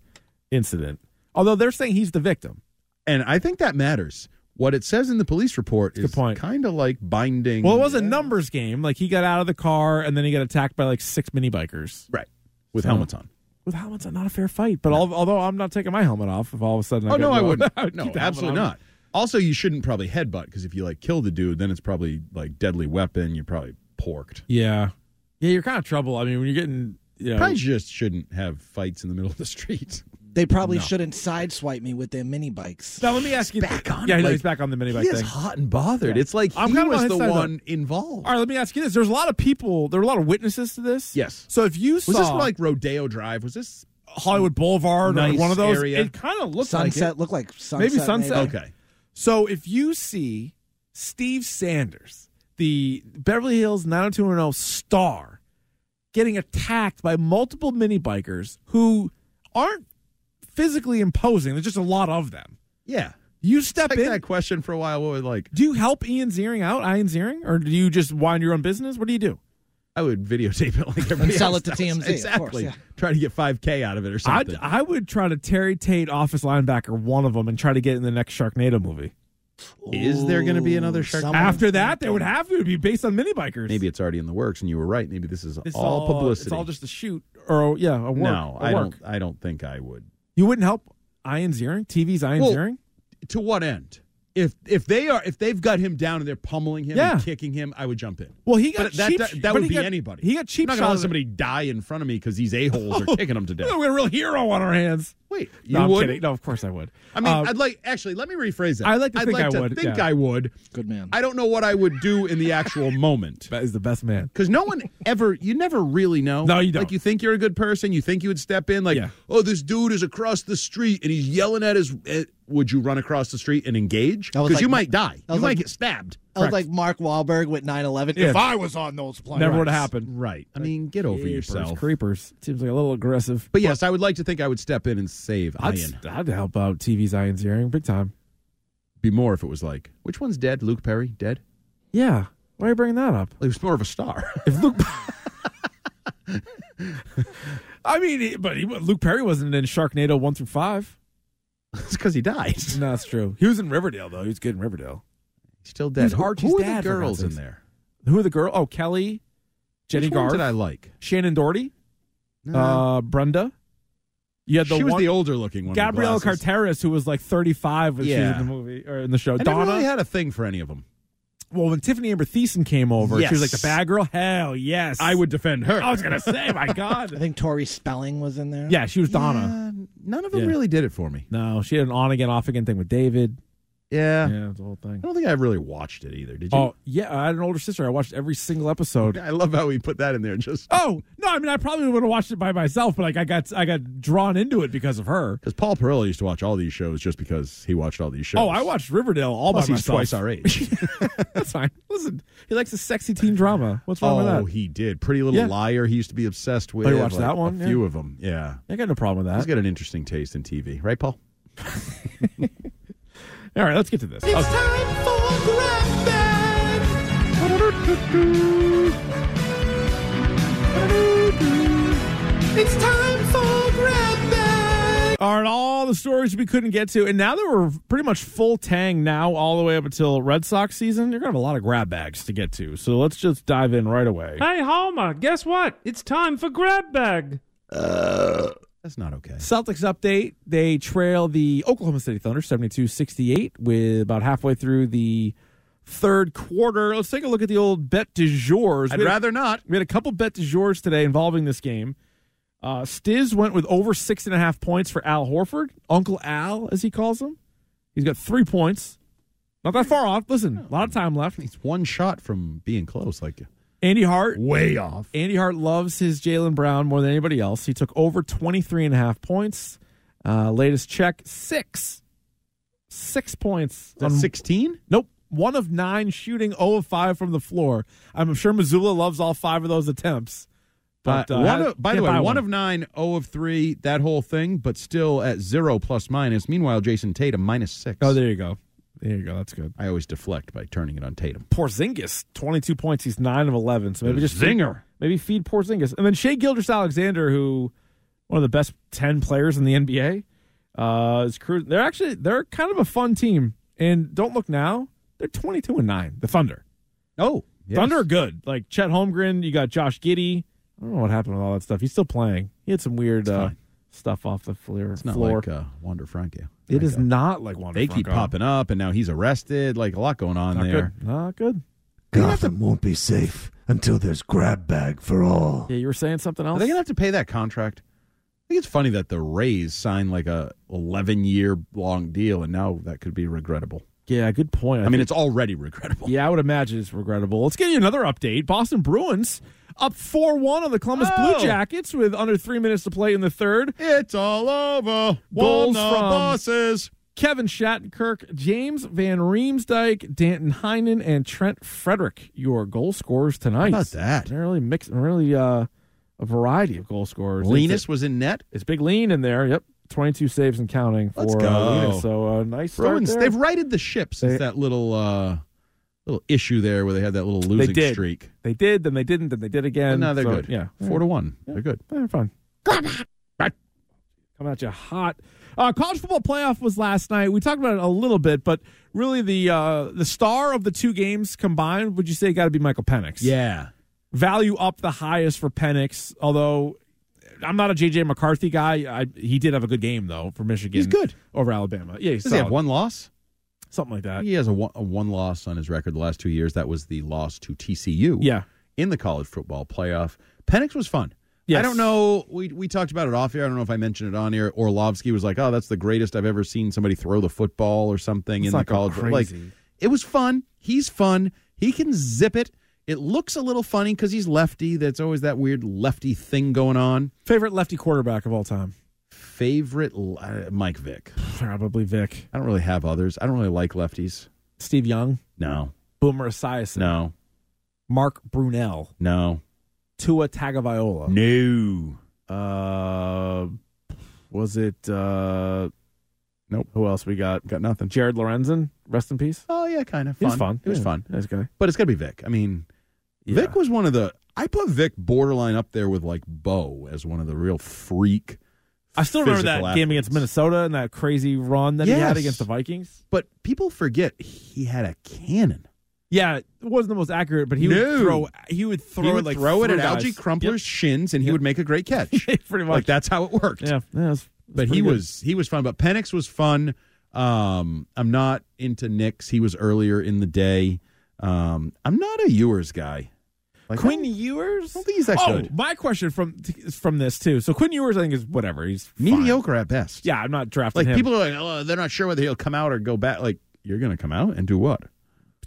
[SPEAKER 2] incident. Although they're saying he's the victim.
[SPEAKER 3] And I think that matters. What it says in the police report
[SPEAKER 2] a good
[SPEAKER 3] is
[SPEAKER 2] point.
[SPEAKER 3] kind of like binding.
[SPEAKER 2] Well, it was a numbers game. Like he got out of the car and then he got attacked by like six mini bikers
[SPEAKER 3] right with helmets on.
[SPEAKER 2] with helmets. on, Not a fair fight. But al- although I'm not taking my helmet off, if all of a sudden I
[SPEAKER 3] Oh
[SPEAKER 2] got-
[SPEAKER 3] no, I wouldn't.
[SPEAKER 2] would
[SPEAKER 3] no,
[SPEAKER 2] uh, keep the helmet
[SPEAKER 3] absolutely
[SPEAKER 2] on.
[SPEAKER 3] not. Also, you shouldn't probably headbutt because if you like kill the dude, then it's probably like deadly weapon. You're probably porked.
[SPEAKER 2] Yeah, yeah, you're kind of trouble. I mean, when you're getting, you know,
[SPEAKER 3] Probably just shouldn't have fights in the middle of the street.
[SPEAKER 6] They probably shouldn't sideswipe me with their mini bikes.
[SPEAKER 2] Now let me ask you. yeah, I know he's back on the mini bike
[SPEAKER 3] He is
[SPEAKER 2] thing.
[SPEAKER 3] hot and bothered.
[SPEAKER 2] Yeah.
[SPEAKER 3] It's like
[SPEAKER 2] I'm
[SPEAKER 3] he
[SPEAKER 2] kind of on
[SPEAKER 3] was
[SPEAKER 2] his
[SPEAKER 3] the
[SPEAKER 2] side, though.
[SPEAKER 3] one involved.
[SPEAKER 2] All right, let me ask you this. There's a lot of people. There were a lot of witnesses to this.
[SPEAKER 3] Yes.
[SPEAKER 2] So if you
[SPEAKER 3] Was
[SPEAKER 2] saw
[SPEAKER 3] this like Rodeo Drive? Was this
[SPEAKER 2] Hollywood Boulevard
[SPEAKER 3] Nice
[SPEAKER 2] or one of those,
[SPEAKER 3] area.
[SPEAKER 2] it kind of looks
[SPEAKER 6] Sunset
[SPEAKER 2] like
[SPEAKER 6] looked like sunset.
[SPEAKER 2] Maybe sunset.
[SPEAKER 6] maybe.
[SPEAKER 3] okay?
[SPEAKER 2] it. So if you see Steve Sanders, the Beverly Hills 90210 star, getting attacked by multiple mini bikers who aren't physically imposing. There's just a lot of them.
[SPEAKER 3] Yeah.
[SPEAKER 2] You step
[SPEAKER 3] Like
[SPEAKER 2] in.
[SPEAKER 3] that question for a while. What would like
[SPEAKER 2] Do you help Ian Ziering out, Ian Ziering, or do you just wind your own business? What do you do?
[SPEAKER 3] I would videotape it like everybody
[SPEAKER 6] sell
[SPEAKER 3] else
[SPEAKER 6] it to
[SPEAKER 3] does.
[SPEAKER 6] TMZ, of course,
[SPEAKER 3] Exactly.
[SPEAKER 6] yeah.
[SPEAKER 3] Try to get five k out of it or
[SPEAKER 2] I'd,
[SPEAKER 3] something.
[SPEAKER 2] I would try to Terry Tate office linebacker one of them and try to get in the next Sharknado movie.
[SPEAKER 3] Is there going to be another shark?
[SPEAKER 6] someone-
[SPEAKER 2] After that, they would have to. It would be based on mini bikers.
[SPEAKER 3] Maybe it's already in the works, and you were right. Maybe this is
[SPEAKER 2] It's
[SPEAKER 3] all, publicity.
[SPEAKER 2] It's all just a shoot or yeah, a work.
[SPEAKER 3] no,
[SPEAKER 2] a
[SPEAKER 3] I
[SPEAKER 2] work.
[SPEAKER 3] don't. I don't think I would.
[SPEAKER 2] You wouldn't help Ian Ziering. TV's Ian
[SPEAKER 3] Well,
[SPEAKER 2] Ziering.
[SPEAKER 3] To what end? If if they are if they've got him down and they're pummeling him
[SPEAKER 2] Yeah.
[SPEAKER 3] and kicking him, I would jump in.
[SPEAKER 2] Well, he got
[SPEAKER 3] but that
[SPEAKER 2] cheap-
[SPEAKER 3] that,
[SPEAKER 2] but
[SPEAKER 3] would
[SPEAKER 2] he
[SPEAKER 3] be
[SPEAKER 2] got-
[SPEAKER 3] anybody.
[SPEAKER 2] he got cheap
[SPEAKER 3] I'm not
[SPEAKER 2] shot
[SPEAKER 3] gonna
[SPEAKER 2] of
[SPEAKER 3] let
[SPEAKER 2] it.
[SPEAKER 3] somebody die in front of me because these a holes are kicking him to death.
[SPEAKER 2] We're a real hero on our hands.
[SPEAKER 3] Wait, you
[SPEAKER 2] No, I'm
[SPEAKER 3] would?
[SPEAKER 2] kidding. No, of course I would.
[SPEAKER 3] I mean,
[SPEAKER 2] Uh,
[SPEAKER 3] I'd like actually. Let me rephrase that.
[SPEAKER 2] I'd like to
[SPEAKER 3] I'd
[SPEAKER 2] think
[SPEAKER 3] like
[SPEAKER 2] I
[SPEAKER 3] to
[SPEAKER 2] would,
[SPEAKER 3] Think
[SPEAKER 2] yeah.
[SPEAKER 3] I would.
[SPEAKER 6] Good man.
[SPEAKER 3] I don't know what I would do in the actual moment.
[SPEAKER 2] that is the best man.
[SPEAKER 3] Because no one ever, you never really know.
[SPEAKER 2] No, you don't.
[SPEAKER 3] Like you think you're a good person, you think you would step in, like,
[SPEAKER 2] Yeah.
[SPEAKER 3] oh, this dude is across the street and he's yelling at his. At, would you run across the street and engage?
[SPEAKER 6] was
[SPEAKER 3] Because you
[SPEAKER 6] like-
[SPEAKER 3] might die. You
[SPEAKER 6] was
[SPEAKER 3] might
[SPEAKER 6] like-
[SPEAKER 3] get stabbed.
[SPEAKER 6] I was like Mark Wahlberg with 9/11.
[SPEAKER 2] Yeah.
[SPEAKER 6] If I was on those planes,
[SPEAKER 2] Never would have happened.
[SPEAKER 3] Right. I mean, get over yourself.
[SPEAKER 2] Creepers. Seems like a little aggressive.
[SPEAKER 3] But yes, I would like to think I would step in and save
[SPEAKER 2] I'd,
[SPEAKER 3] Ian.
[SPEAKER 2] I'd help out TV's Ian Ziering big time.
[SPEAKER 3] Be more if it was like, which one's dead? Luke Perry dead?
[SPEAKER 2] Yeah. Why are you bringing that up?
[SPEAKER 3] He was more of a star.
[SPEAKER 2] I mean, he- but he, Luke Perry wasn't in Sharknado one through five.
[SPEAKER 3] it's because he died. He's
[SPEAKER 2] No, that's true. He was in Riverdale though. He was good in Riverdale.
[SPEAKER 3] still dead.
[SPEAKER 2] He's
[SPEAKER 3] Who-
[SPEAKER 2] Archie's
[SPEAKER 3] who
[SPEAKER 2] dad,
[SPEAKER 3] are the
[SPEAKER 2] for
[SPEAKER 3] girls
[SPEAKER 2] God's
[SPEAKER 3] in
[SPEAKER 2] sakes.
[SPEAKER 3] there?
[SPEAKER 2] Who are the girl? Oh, Kelly, Jenny
[SPEAKER 3] which one
[SPEAKER 2] Garth,
[SPEAKER 3] did I like?
[SPEAKER 2] Shannon Doherty,
[SPEAKER 3] No.
[SPEAKER 2] uh, Brenda. You had the
[SPEAKER 3] she was
[SPEAKER 2] one,
[SPEAKER 3] the older looking one. with
[SPEAKER 2] Gabrielle
[SPEAKER 3] glasses.
[SPEAKER 2] Carteris, who was like 35 when she was
[SPEAKER 3] Yeah.
[SPEAKER 2] in the movie or in the show.
[SPEAKER 3] I never
[SPEAKER 2] Donna.
[SPEAKER 3] really had a thing for any of them.
[SPEAKER 2] well, when Tiffany Amber Thiessen came over, she was like
[SPEAKER 3] Yes.
[SPEAKER 2] the bad girl. Hell yes,
[SPEAKER 3] defend her.
[SPEAKER 2] I was gonna say, my
[SPEAKER 6] I
[SPEAKER 2] God.
[SPEAKER 6] think Tori Spelling was in there.
[SPEAKER 2] Yeah, she was Donna.
[SPEAKER 3] none of them
[SPEAKER 2] Yeah.
[SPEAKER 3] really did it for me.
[SPEAKER 2] No, she had an on again, off again thing with David.
[SPEAKER 3] Yeah.
[SPEAKER 2] Yeah, it's the whole thing.
[SPEAKER 3] I don't think I really watched it either. Did you?
[SPEAKER 2] Oh yeah, I had an older sister. I watched every single episode.
[SPEAKER 3] I love how we put that in there. Just
[SPEAKER 2] Oh no! I mean, I probably would have watched it by myself, but like I got I got drawn into it because of her.
[SPEAKER 3] because Paul Perilla used to watch all these shows just because he watched all these shows.
[SPEAKER 2] Oh, I watched Riverdale all
[SPEAKER 3] Plus,
[SPEAKER 2] by
[SPEAKER 3] he's
[SPEAKER 2] myself.
[SPEAKER 3] twice our age.
[SPEAKER 2] That's fine. Listen, he likes a sexy teen drama. What's wrong
[SPEAKER 3] oh,
[SPEAKER 2] with
[SPEAKER 3] he did. Pretty Little
[SPEAKER 2] Yeah. Oh,
[SPEAKER 3] Liar. He used to be obsessed with.
[SPEAKER 2] you watched
[SPEAKER 3] like,
[SPEAKER 2] that one?
[SPEAKER 3] A
[SPEAKER 2] Yeah.
[SPEAKER 3] few of them. Yeah.
[SPEAKER 2] that? I got no problem with
[SPEAKER 3] He's
[SPEAKER 2] that.
[SPEAKER 3] got an interesting taste in TV, right, Paul?
[SPEAKER 2] All right, let's get to this. Okay. All right, all the stories we couldn't get to, and now that we're pretty much full tang now, all the way up until Red Sox season, you're gonna have a lot of grab bags to get to. So let's just dive in right away.
[SPEAKER 8] Hey, Homer, guess what? It's time for grab bag.
[SPEAKER 3] That's not okay.
[SPEAKER 2] Celtics update. They trail the Oklahoma City Thunder 72 68 with about halfway through the third quarter. Let's take a look at the old bet de jours.
[SPEAKER 3] I'd
[SPEAKER 2] We had-
[SPEAKER 3] rather not.
[SPEAKER 2] we had a couple bet de jours today involving this game. Uh, Stiz went with over six and a half points for Al Horford, Uncle Al, as he calls him. He's got three points. Not that far off. Listen, a lot of time left.
[SPEAKER 3] It's one shot from being close. Like
[SPEAKER 2] Andy Hart
[SPEAKER 3] Way off.
[SPEAKER 2] Andy Hart loves his Jalen Brown more than anybody else. He took over 23 and a half points. Uh, latest check, six. Six points.
[SPEAKER 3] That's
[SPEAKER 2] on-
[SPEAKER 3] 16?
[SPEAKER 2] Nope. One of nine shooting 0 of 5 from the floor. I'm sure Missoula loves all five of those attempts. But
[SPEAKER 3] Uh,
[SPEAKER 2] uh,
[SPEAKER 3] one of, by the
[SPEAKER 2] can't
[SPEAKER 3] way,
[SPEAKER 2] buy
[SPEAKER 3] one, of nine, oh of three, that whole thing, but still at zero plus minus. Meanwhile, Jason Tatum minus six.
[SPEAKER 2] Oh, there you go. There you go. That's good.
[SPEAKER 3] I always deflect by turning it on Tatum.
[SPEAKER 2] Porzingis, 22 points. He's 9 of 11. So maybe just
[SPEAKER 3] Zinger.
[SPEAKER 2] maybe feed Porzingis. And then Shea Gilders Alexander, who one of the best 10 players in the NBA, uh, is cruising. They're actually they're kind of a fun team. And don't look now, they're 22 and 9. The Thunder.
[SPEAKER 3] Oh, yes.
[SPEAKER 2] Thunder are good. Like Chet Holmgren, you got Josh Giddy. I don't know what happened with all that stuff. He's still playing. He had some weird uh,
[SPEAKER 3] fine.
[SPEAKER 2] stuff off the floor.
[SPEAKER 3] It's not
[SPEAKER 2] floor.
[SPEAKER 3] like uh, Wander Franco.
[SPEAKER 2] it is
[SPEAKER 3] Franco.
[SPEAKER 2] not like one.
[SPEAKER 3] They keep popping up, and now he's arrested. Like a lot going on
[SPEAKER 2] Not
[SPEAKER 3] there.
[SPEAKER 2] good. Not good.
[SPEAKER 9] Gotham won't be safe until there's grab bag for all.
[SPEAKER 2] Yeah, you were saying something else.
[SPEAKER 3] Are they going to have to pay that contract? I think it's funny that the Rays signed like a 11 year long deal, and now that could be regrettable.
[SPEAKER 2] yeah, good point.
[SPEAKER 3] I mean, it's already regrettable.
[SPEAKER 2] Yeah, I would imagine it's regrettable. Let's get you another update. Boston Bruins up 4 1 on the Columbus
[SPEAKER 3] Oh.
[SPEAKER 2] Blue Jackets with under three minutes to play in the third.
[SPEAKER 3] It's all over.
[SPEAKER 2] Goals
[SPEAKER 3] One of
[SPEAKER 2] from-
[SPEAKER 3] bosses.
[SPEAKER 2] Kevin Shattenkirk, James Van Riemsdyk, Danton Heinen, and Trent Frederick, your goal scorers tonight.
[SPEAKER 3] How about that?
[SPEAKER 2] Really mix, really uh, a variety of goal scorers.
[SPEAKER 3] Linus
[SPEAKER 2] It's,
[SPEAKER 3] was in net.
[SPEAKER 2] it's big lean in there. Yep. 22 saves and counting for
[SPEAKER 3] Let's
[SPEAKER 2] Uh,
[SPEAKER 3] go.
[SPEAKER 2] Linus. So uh, nice start
[SPEAKER 3] Bruins,
[SPEAKER 2] there.
[SPEAKER 3] they've righted the ship since
[SPEAKER 2] They-
[SPEAKER 3] that little uh, little issue there where they had that little
[SPEAKER 2] They
[SPEAKER 3] losing
[SPEAKER 2] did.
[SPEAKER 3] streak.
[SPEAKER 2] They did, then they didn't, then they did again.
[SPEAKER 3] And now they're
[SPEAKER 2] So,
[SPEAKER 3] good.
[SPEAKER 2] Yeah.
[SPEAKER 3] Four to one. They're good.
[SPEAKER 2] They're fun. Coming at you hot. Uh, college football playoff was last night. We talked about it a little bit, but really the uh, the star of the two games combined, would you say, got to be Michael Penix?
[SPEAKER 3] Yeah.
[SPEAKER 2] Value up the highest for Penix, although I'm not a J.J. McCarthy guy. I, he did have a good game, though, for Michigan.
[SPEAKER 3] He's good.
[SPEAKER 2] Over Alabama. Yeah, he's
[SPEAKER 3] Does he have
[SPEAKER 2] solid. Uh,
[SPEAKER 3] one loss?
[SPEAKER 2] Something like that.
[SPEAKER 3] He has a one, a one loss on his record the last two years. That was the loss to TCU.
[SPEAKER 2] Yeah.
[SPEAKER 3] in the college football playoff. Penix was fun.
[SPEAKER 2] Yes.
[SPEAKER 3] I don't know. We we talked about it off here. I don't know if I mentioned it on here. Orlovsky was like, "Oh, that's the greatest I've ever seen somebody throw the football or something
[SPEAKER 2] It's
[SPEAKER 3] in
[SPEAKER 2] not
[SPEAKER 3] the
[SPEAKER 2] go
[SPEAKER 3] college." Like,
[SPEAKER 2] crazy.
[SPEAKER 3] it was fun. He's fun. He can zip it. It looks a little funny because he's lefty. That's always that weird lefty thing going on.
[SPEAKER 2] Favorite lefty quarterback of all time?
[SPEAKER 3] Favorite uh, Mike Vick.
[SPEAKER 2] Probably Vic.
[SPEAKER 3] I don't really have others. I don't really like lefties.
[SPEAKER 2] Steve Young.
[SPEAKER 3] No,
[SPEAKER 2] Boomer Esiason.
[SPEAKER 3] no,
[SPEAKER 2] Mark Brunell.
[SPEAKER 3] no,
[SPEAKER 2] Tua Tagovailoa.
[SPEAKER 3] no.
[SPEAKER 2] Uh, was it? Uh,
[SPEAKER 3] Nope.
[SPEAKER 2] Who else we got?
[SPEAKER 3] Got nothing.
[SPEAKER 2] Jared Lorenzen, rest in peace.
[SPEAKER 3] Oh yeah, kind of.
[SPEAKER 2] He was fun.
[SPEAKER 3] It was
[SPEAKER 2] Yeah,
[SPEAKER 3] fun.
[SPEAKER 2] Nice guy.
[SPEAKER 3] But it's got to be Vic. I mean, Vic was one of the. I put Vic borderline up there with like Bo as one of the real freak.
[SPEAKER 2] I still remember that
[SPEAKER 3] physical
[SPEAKER 2] game
[SPEAKER 3] athletes.
[SPEAKER 2] against Minnesota and that crazy run that he had
[SPEAKER 3] Yes.
[SPEAKER 2] against the Vikings.
[SPEAKER 3] But people forget he had a cannon.
[SPEAKER 2] Yeah, it wasn't the most accurate, but he
[SPEAKER 3] No.
[SPEAKER 2] would throw. He would throw
[SPEAKER 3] he
[SPEAKER 2] it
[SPEAKER 3] would
[SPEAKER 2] like
[SPEAKER 3] throw it
[SPEAKER 2] through
[SPEAKER 3] at
[SPEAKER 2] guys.
[SPEAKER 3] Algie Crumpler's shins, and he would make a great catch.
[SPEAKER 2] Yep. pretty much.
[SPEAKER 3] like that's how it worked.
[SPEAKER 2] Yeah, yeah it was- it
[SPEAKER 3] but
[SPEAKER 2] pretty
[SPEAKER 3] he
[SPEAKER 2] good.
[SPEAKER 3] was he was fun. But Penix was fun. Um, I'm not into Knicks. He was earlier in the day. Um, I'm not a Ewers guy. Like, I
[SPEAKER 2] Quinn
[SPEAKER 3] don't-
[SPEAKER 2] Ewers.
[SPEAKER 3] I don't think he's that
[SPEAKER 2] oh,
[SPEAKER 3] good.
[SPEAKER 2] my question from from this too. So Quinn Ewers, I think is whatever. He's fine.
[SPEAKER 3] mediocre at best.
[SPEAKER 2] Yeah, I'm not drafting
[SPEAKER 3] Like
[SPEAKER 2] him.
[SPEAKER 3] people are like, oh, they're not sure whether he'll come out or go back. Like you're going to come out and do what?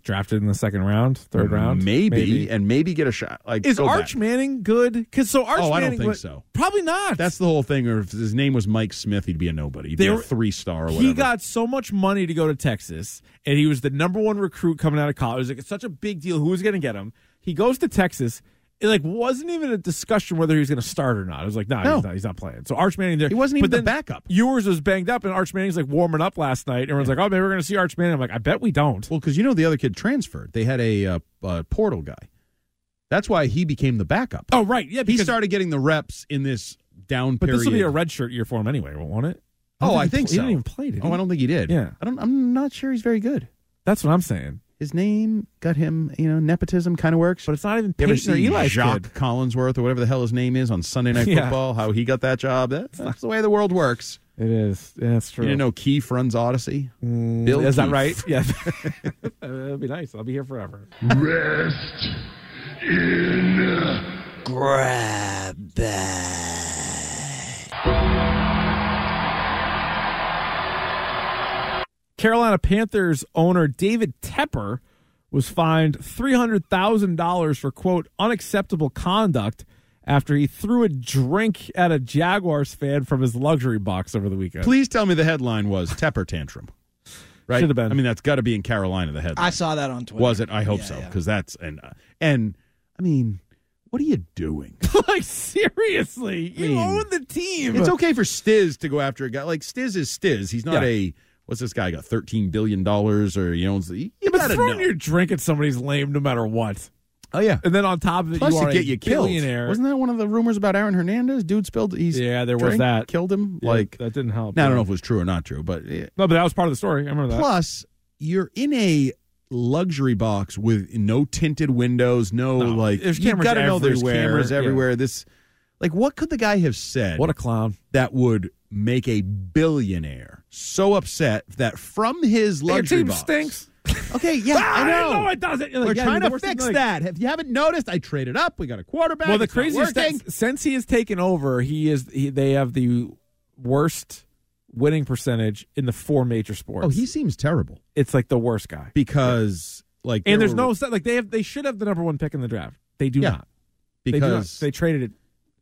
[SPEAKER 2] drafted in the second round, third round,
[SPEAKER 3] maybe, and maybe get a shot. Like
[SPEAKER 2] Is
[SPEAKER 3] go back.
[SPEAKER 2] Arch Manning good? Because so Arch
[SPEAKER 3] Oh, I don't
[SPEAKER 2] Manning
[SPEAKER 3] think
[SPEAKER 2] wa-
[SPEAKER 3] so.
[SPEAKER 2] Probably not.
[SPEAKER 3] That's the whole thing. Or if his name was Mike Smith, he'd be a nobody. He'd
[SPEAKER 2] They
[SPEAKER 3] be a
[SPEAKER 2] were-
[SPEAKER 3] three star or whatever.
[SPEAKER 2] he got so much money to go to Texas, and he was the number one recruit coming out of college. It was like, it's such a big deal. Who was going to get him? He goes to Texas. It like wasn't even a discussion whether he was going to start or not. It was like, nah,
[SPEAKER 3] No.
[SPEAKER 2] he's, not, he's not playing. So Arch Manning there.
[SPEAKER 3] He wasn't even
[SPEAKER 2] but
[SPEAKER 3] the
[SPEAKER 2] then
[SPEAKER 3] backup.
[SPEAKER 2] Ewers was banged up, and Arch Manning's like warming up last night. Everyone's like, oh, maybe we're going to see Arch Manning. I'm like, I bet we don't.
[SPEAKER 3] well because you know the other kid transferred. They had a uh, uh, portal guy. That's why he became the backup.
[SPEAKER 2] Oh, right. Yeah,
[SPEAKER 3] he
[SPEAKER 2] because,
[SPEAKER 3] started getting the reps in this down
[SPEAKER 2] But
[SPEAKER 3] period.
[SPEAKER 2] this will be a red shirt year for him anyway, won't it?
[SPEAKER 3] oh, I
[SPEAKER 2] he pl-
[SPEAKER 3] think so.
[SPEAKER 2] He didn't even play, did he?
[SPEAKER 3] oh, I don't think he did.
[SPEAKER 2] Yeah.
[SPEAKER 3] I don't. I'm not sure he's very good.
[SPEAKER 2] That's what I'm saying.
[SPEAKER 3] His name got him. You know, nepotism kind of works.
[SPEAKER 2] But it's not even
[SPEAKER 3] You ever
[SPEAKER 2] Peyton or
[SPEAKER 3] see
[SPEAKER 2] Eli's
[SPEAKER 3] Jacques
[SPEAKER 2] kid.
[SPEAKER 3] Collinsworth or whatever the hell his name is on Sunday Night
[SPEAKER 2] Yeah.
[SPEAKER 3] Football? How he got that job? That- that's the way the world works.
[SPEAKER 2] It is. Yeah, that's true. Mm,
[SPEAKER 3] You didn't know Keefe runs Odyssey. Bill
[SPEAKER 2] is that
[SPEAKER 3] Keefe.
[SPEAKER 2] right? Yeah. That'd be nice. I'll be here forever.
[SPEAKER 4] Rest in
[SPEAKER 2] Carolina Panthers owner David Tepper was fined $300,000 for, quote, unacceptable conduct after he threw a drink at a Jaguars fan from his luxury box over the weekend.
[SPEAKER 3] Please tell me the headline was Tepper Tantrum. Right?
[SPEAKER 2] Should have been.
[SPEAKER 3] I mean, that's got to be in Carolina, the headline.
[SPEAKER 6] I saw that on Twitter.
[SPEAKER 3] was it? I hope
[SPEAKER 6] Yeah,
[SPEAKER 3] so.
[SPEAKER 6] yeah.
[SPEAKER 3] Because that's, and, and I mean, what are you doing?
[SPEAKER 2] like, seriously, you
[SPEAKER 3] mean,
[SPEAKER 2] own the team.
[SPEAKER 3] It's okay for Stiz to go after a guy like Stiz is Stiz. He's not
[SPEAKER 2] Yeah.
[SPEAKER 3] a what's this guy got thirteen billion dollars or you know. You
[SPEAKER 2] Yeah, but
[SPEAKER 3] gotta
[SPEAKER 2] throwing
[SPEAKER 3] know.
[SPEAKER 2] your drink at somebody's lame no matter what.
[SPEAKER 3] oh yeah.
[SPEAKER 2] And then on top of it,
[SPEAKER 3] Plus,
[SPEAKER 2] you are
[SPEAKER 3] you get
[SPEAKER 2] a
[SPEAKER 3] you killed.
[SPEAKER 2] billionaire.
[SPEAKER 3] Wasn't that one of the rumors about Aaron Hernandez? Dude spilled. He's
[SPEAKER 2] Yeah, there was
[SPEAKER 3] drank,
[SPEAKER 2] that.
[SPEAKER 3] killed him.
[SPEAKER 2] Yeah,
[SPEAKER 3] like
[SPEAKER 2] that didn't help.
[SPEAKER 3] now, I don't know if it was true or not true, but eh,
[SPEAKER 2] No, but that was part of the story. I remember that.
[SPEAKER 3] plus you're in a luxury box with no tinted windows, no,
[SPEAKER 2] No,
[SPEAKER 3] like
[SPEAKER 2] there's
[SPEAKER 3] you've
[SPEAKER 2] cameras
[SPEAKER 3] got to know there's
[SPEAKER 2] everywhere,
[SPEAKER 3] cameras
[SPEAKER 2] yeah.
[SPEAKER 3] everywhere. This like what could the guy have said?
[SPEAKER 2] what a clown!
[SPEAKER 3] that would make a billionaire so upset that from his luxury
[SPEAKER 2] Your team
[SPEAKER 3] box.
[SPEAKER 2] stinks.
[SPEAKER 3] Okay, yeah,
[SPEAKER 2] Ah,
[SPEAKER 3] I know.
[SPEAKER 2] it doesn't. You're like,
[SPEAKER 3] We're
[SPEAKER 2] yeah,
[SPEAKER 3] trying
[SPEAKER 2] the
[SPEAKER 3] to
[SPEAKER 2] worst
[SPEAKER 3] fix
[SPEAKER 2] thing, like-
[SPEAKER 3] that. If you haven't noticed, I traded up. We got a quarterback.
[SPEAKER 2] Well, the
[SPEAKER 3] It's not
[SPEAKER 2] craziest
[SPEAKER 3] working.
[SPEAKER 2] thing since he has taken over, he is he, they have the worst winning percentage in the four major sports.
[SPEAKER 3] Oh, he seems terrible
[SPEAKER 2] it's like the worst guy.
[SPEAKER 3] because like
[SPEAKER 2] And
[SPEAKER 3] there
[SPEAKER 2] there's
[SPEAKER 3] were-
[SPEAKER 2] no set- like they have they should have the number one pick in the draft. They do
[SPEAKER 3] Yeah,
[SPEAKER 2] not. They do not.
[SPEAKER 3] because
[SPEAKER 2] They traded it.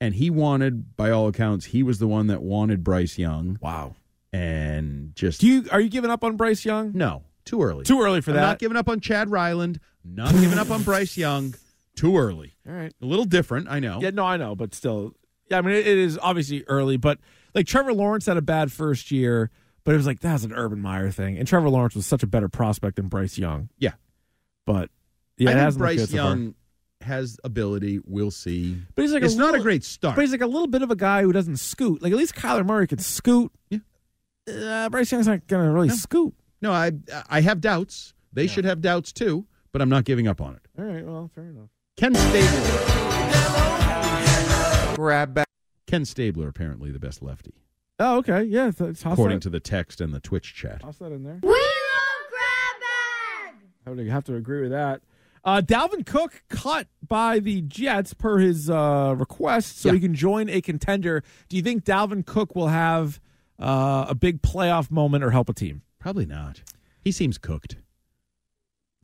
[SPEAKER 3] and he wanted by all accounts he was the one that wanted Bryce Young
[SPEAKER 2] Wow.
[SPEAKER 3] and just
[SPEAKER 2] Do you are you giving up on Bryce Young?
[SPEAKER 3] no too early
[SPEAKER 2] Too early for
[SPEAKER 3] I'm
[SPEAKER 2] that.
[SPEAKER 3] not giving up on Chad Ryland not giving up on Bryce Young too early
[SPEAKER 2] All right.
[SPEAKER 3] a little different I know
[SPEAKER 2] Yeah, no, I know, but still, yeah, I mean, it, it is obviously early, but like Trevor Lawrence had a bad first year, but it was like that was an Urban Meyer thing, and Trevor Lawrence was such a better prospect than Bryce Young.
[SPEAKER 3] Yeah.
[SPEAKER 2] but yeah, it
[SPEAKER 3] I think
[SPEAKER 2] hasn't looked
[SPEAKER 3] Bryce
[SPEAKER 2] good so far.
[SPEAKER 3] Young has ability. We'll see.
[SPEAKER 2] but he's like
[SPEAKER 3] it's
[SPEAKER 2] a
[SPEAKER 3] not
[SPEAKER 2] little,
[SPEAKER 3] a great start.
[SPEAKER 2] but he's like a little bit of a guy who doesn't scoot. Like at least Kyler Murray could scoot.
[SPEAKER 3] Yeah.
[SPEAKER 2] Uh, Bryce Young's not gonna really
[SPEAKER 3] No.
[SPEAKER 2] scoot.
[SPEAKER 3] no, I I have doubts. They should have doubts too, but I'm not giving up on it.
[SPEAKER 2] All right, well, fair enough.
[SPEAKER 3] Ken Stabler.
[SPEAKER 9] Grab back.
[SPEAKER 3] Ken Stabler apparently the best lefty,
[SPEAKER 2] Oh, okay, yeah, it's, it's toss
[SPEAKER 3] according
[SPEAKER 2] that,
[SPEAKER 3] to the text and the Twitch chat.
[SPEAKER 2] toss that in there.
[SPEAKER 5] We love grab bag.
[SPEAKER 2] I would have to agree with that. Uh, Dalvin Cook cut by the Jets per his uh, request, so
[SPEAKER 3] Yeah.
[SPEAKER 2] he can join a contender. Do you think Dalvin Cook will have uh, a big playoff moment or help a team?
[SPEAKER 3] Probably not. He seems cooked.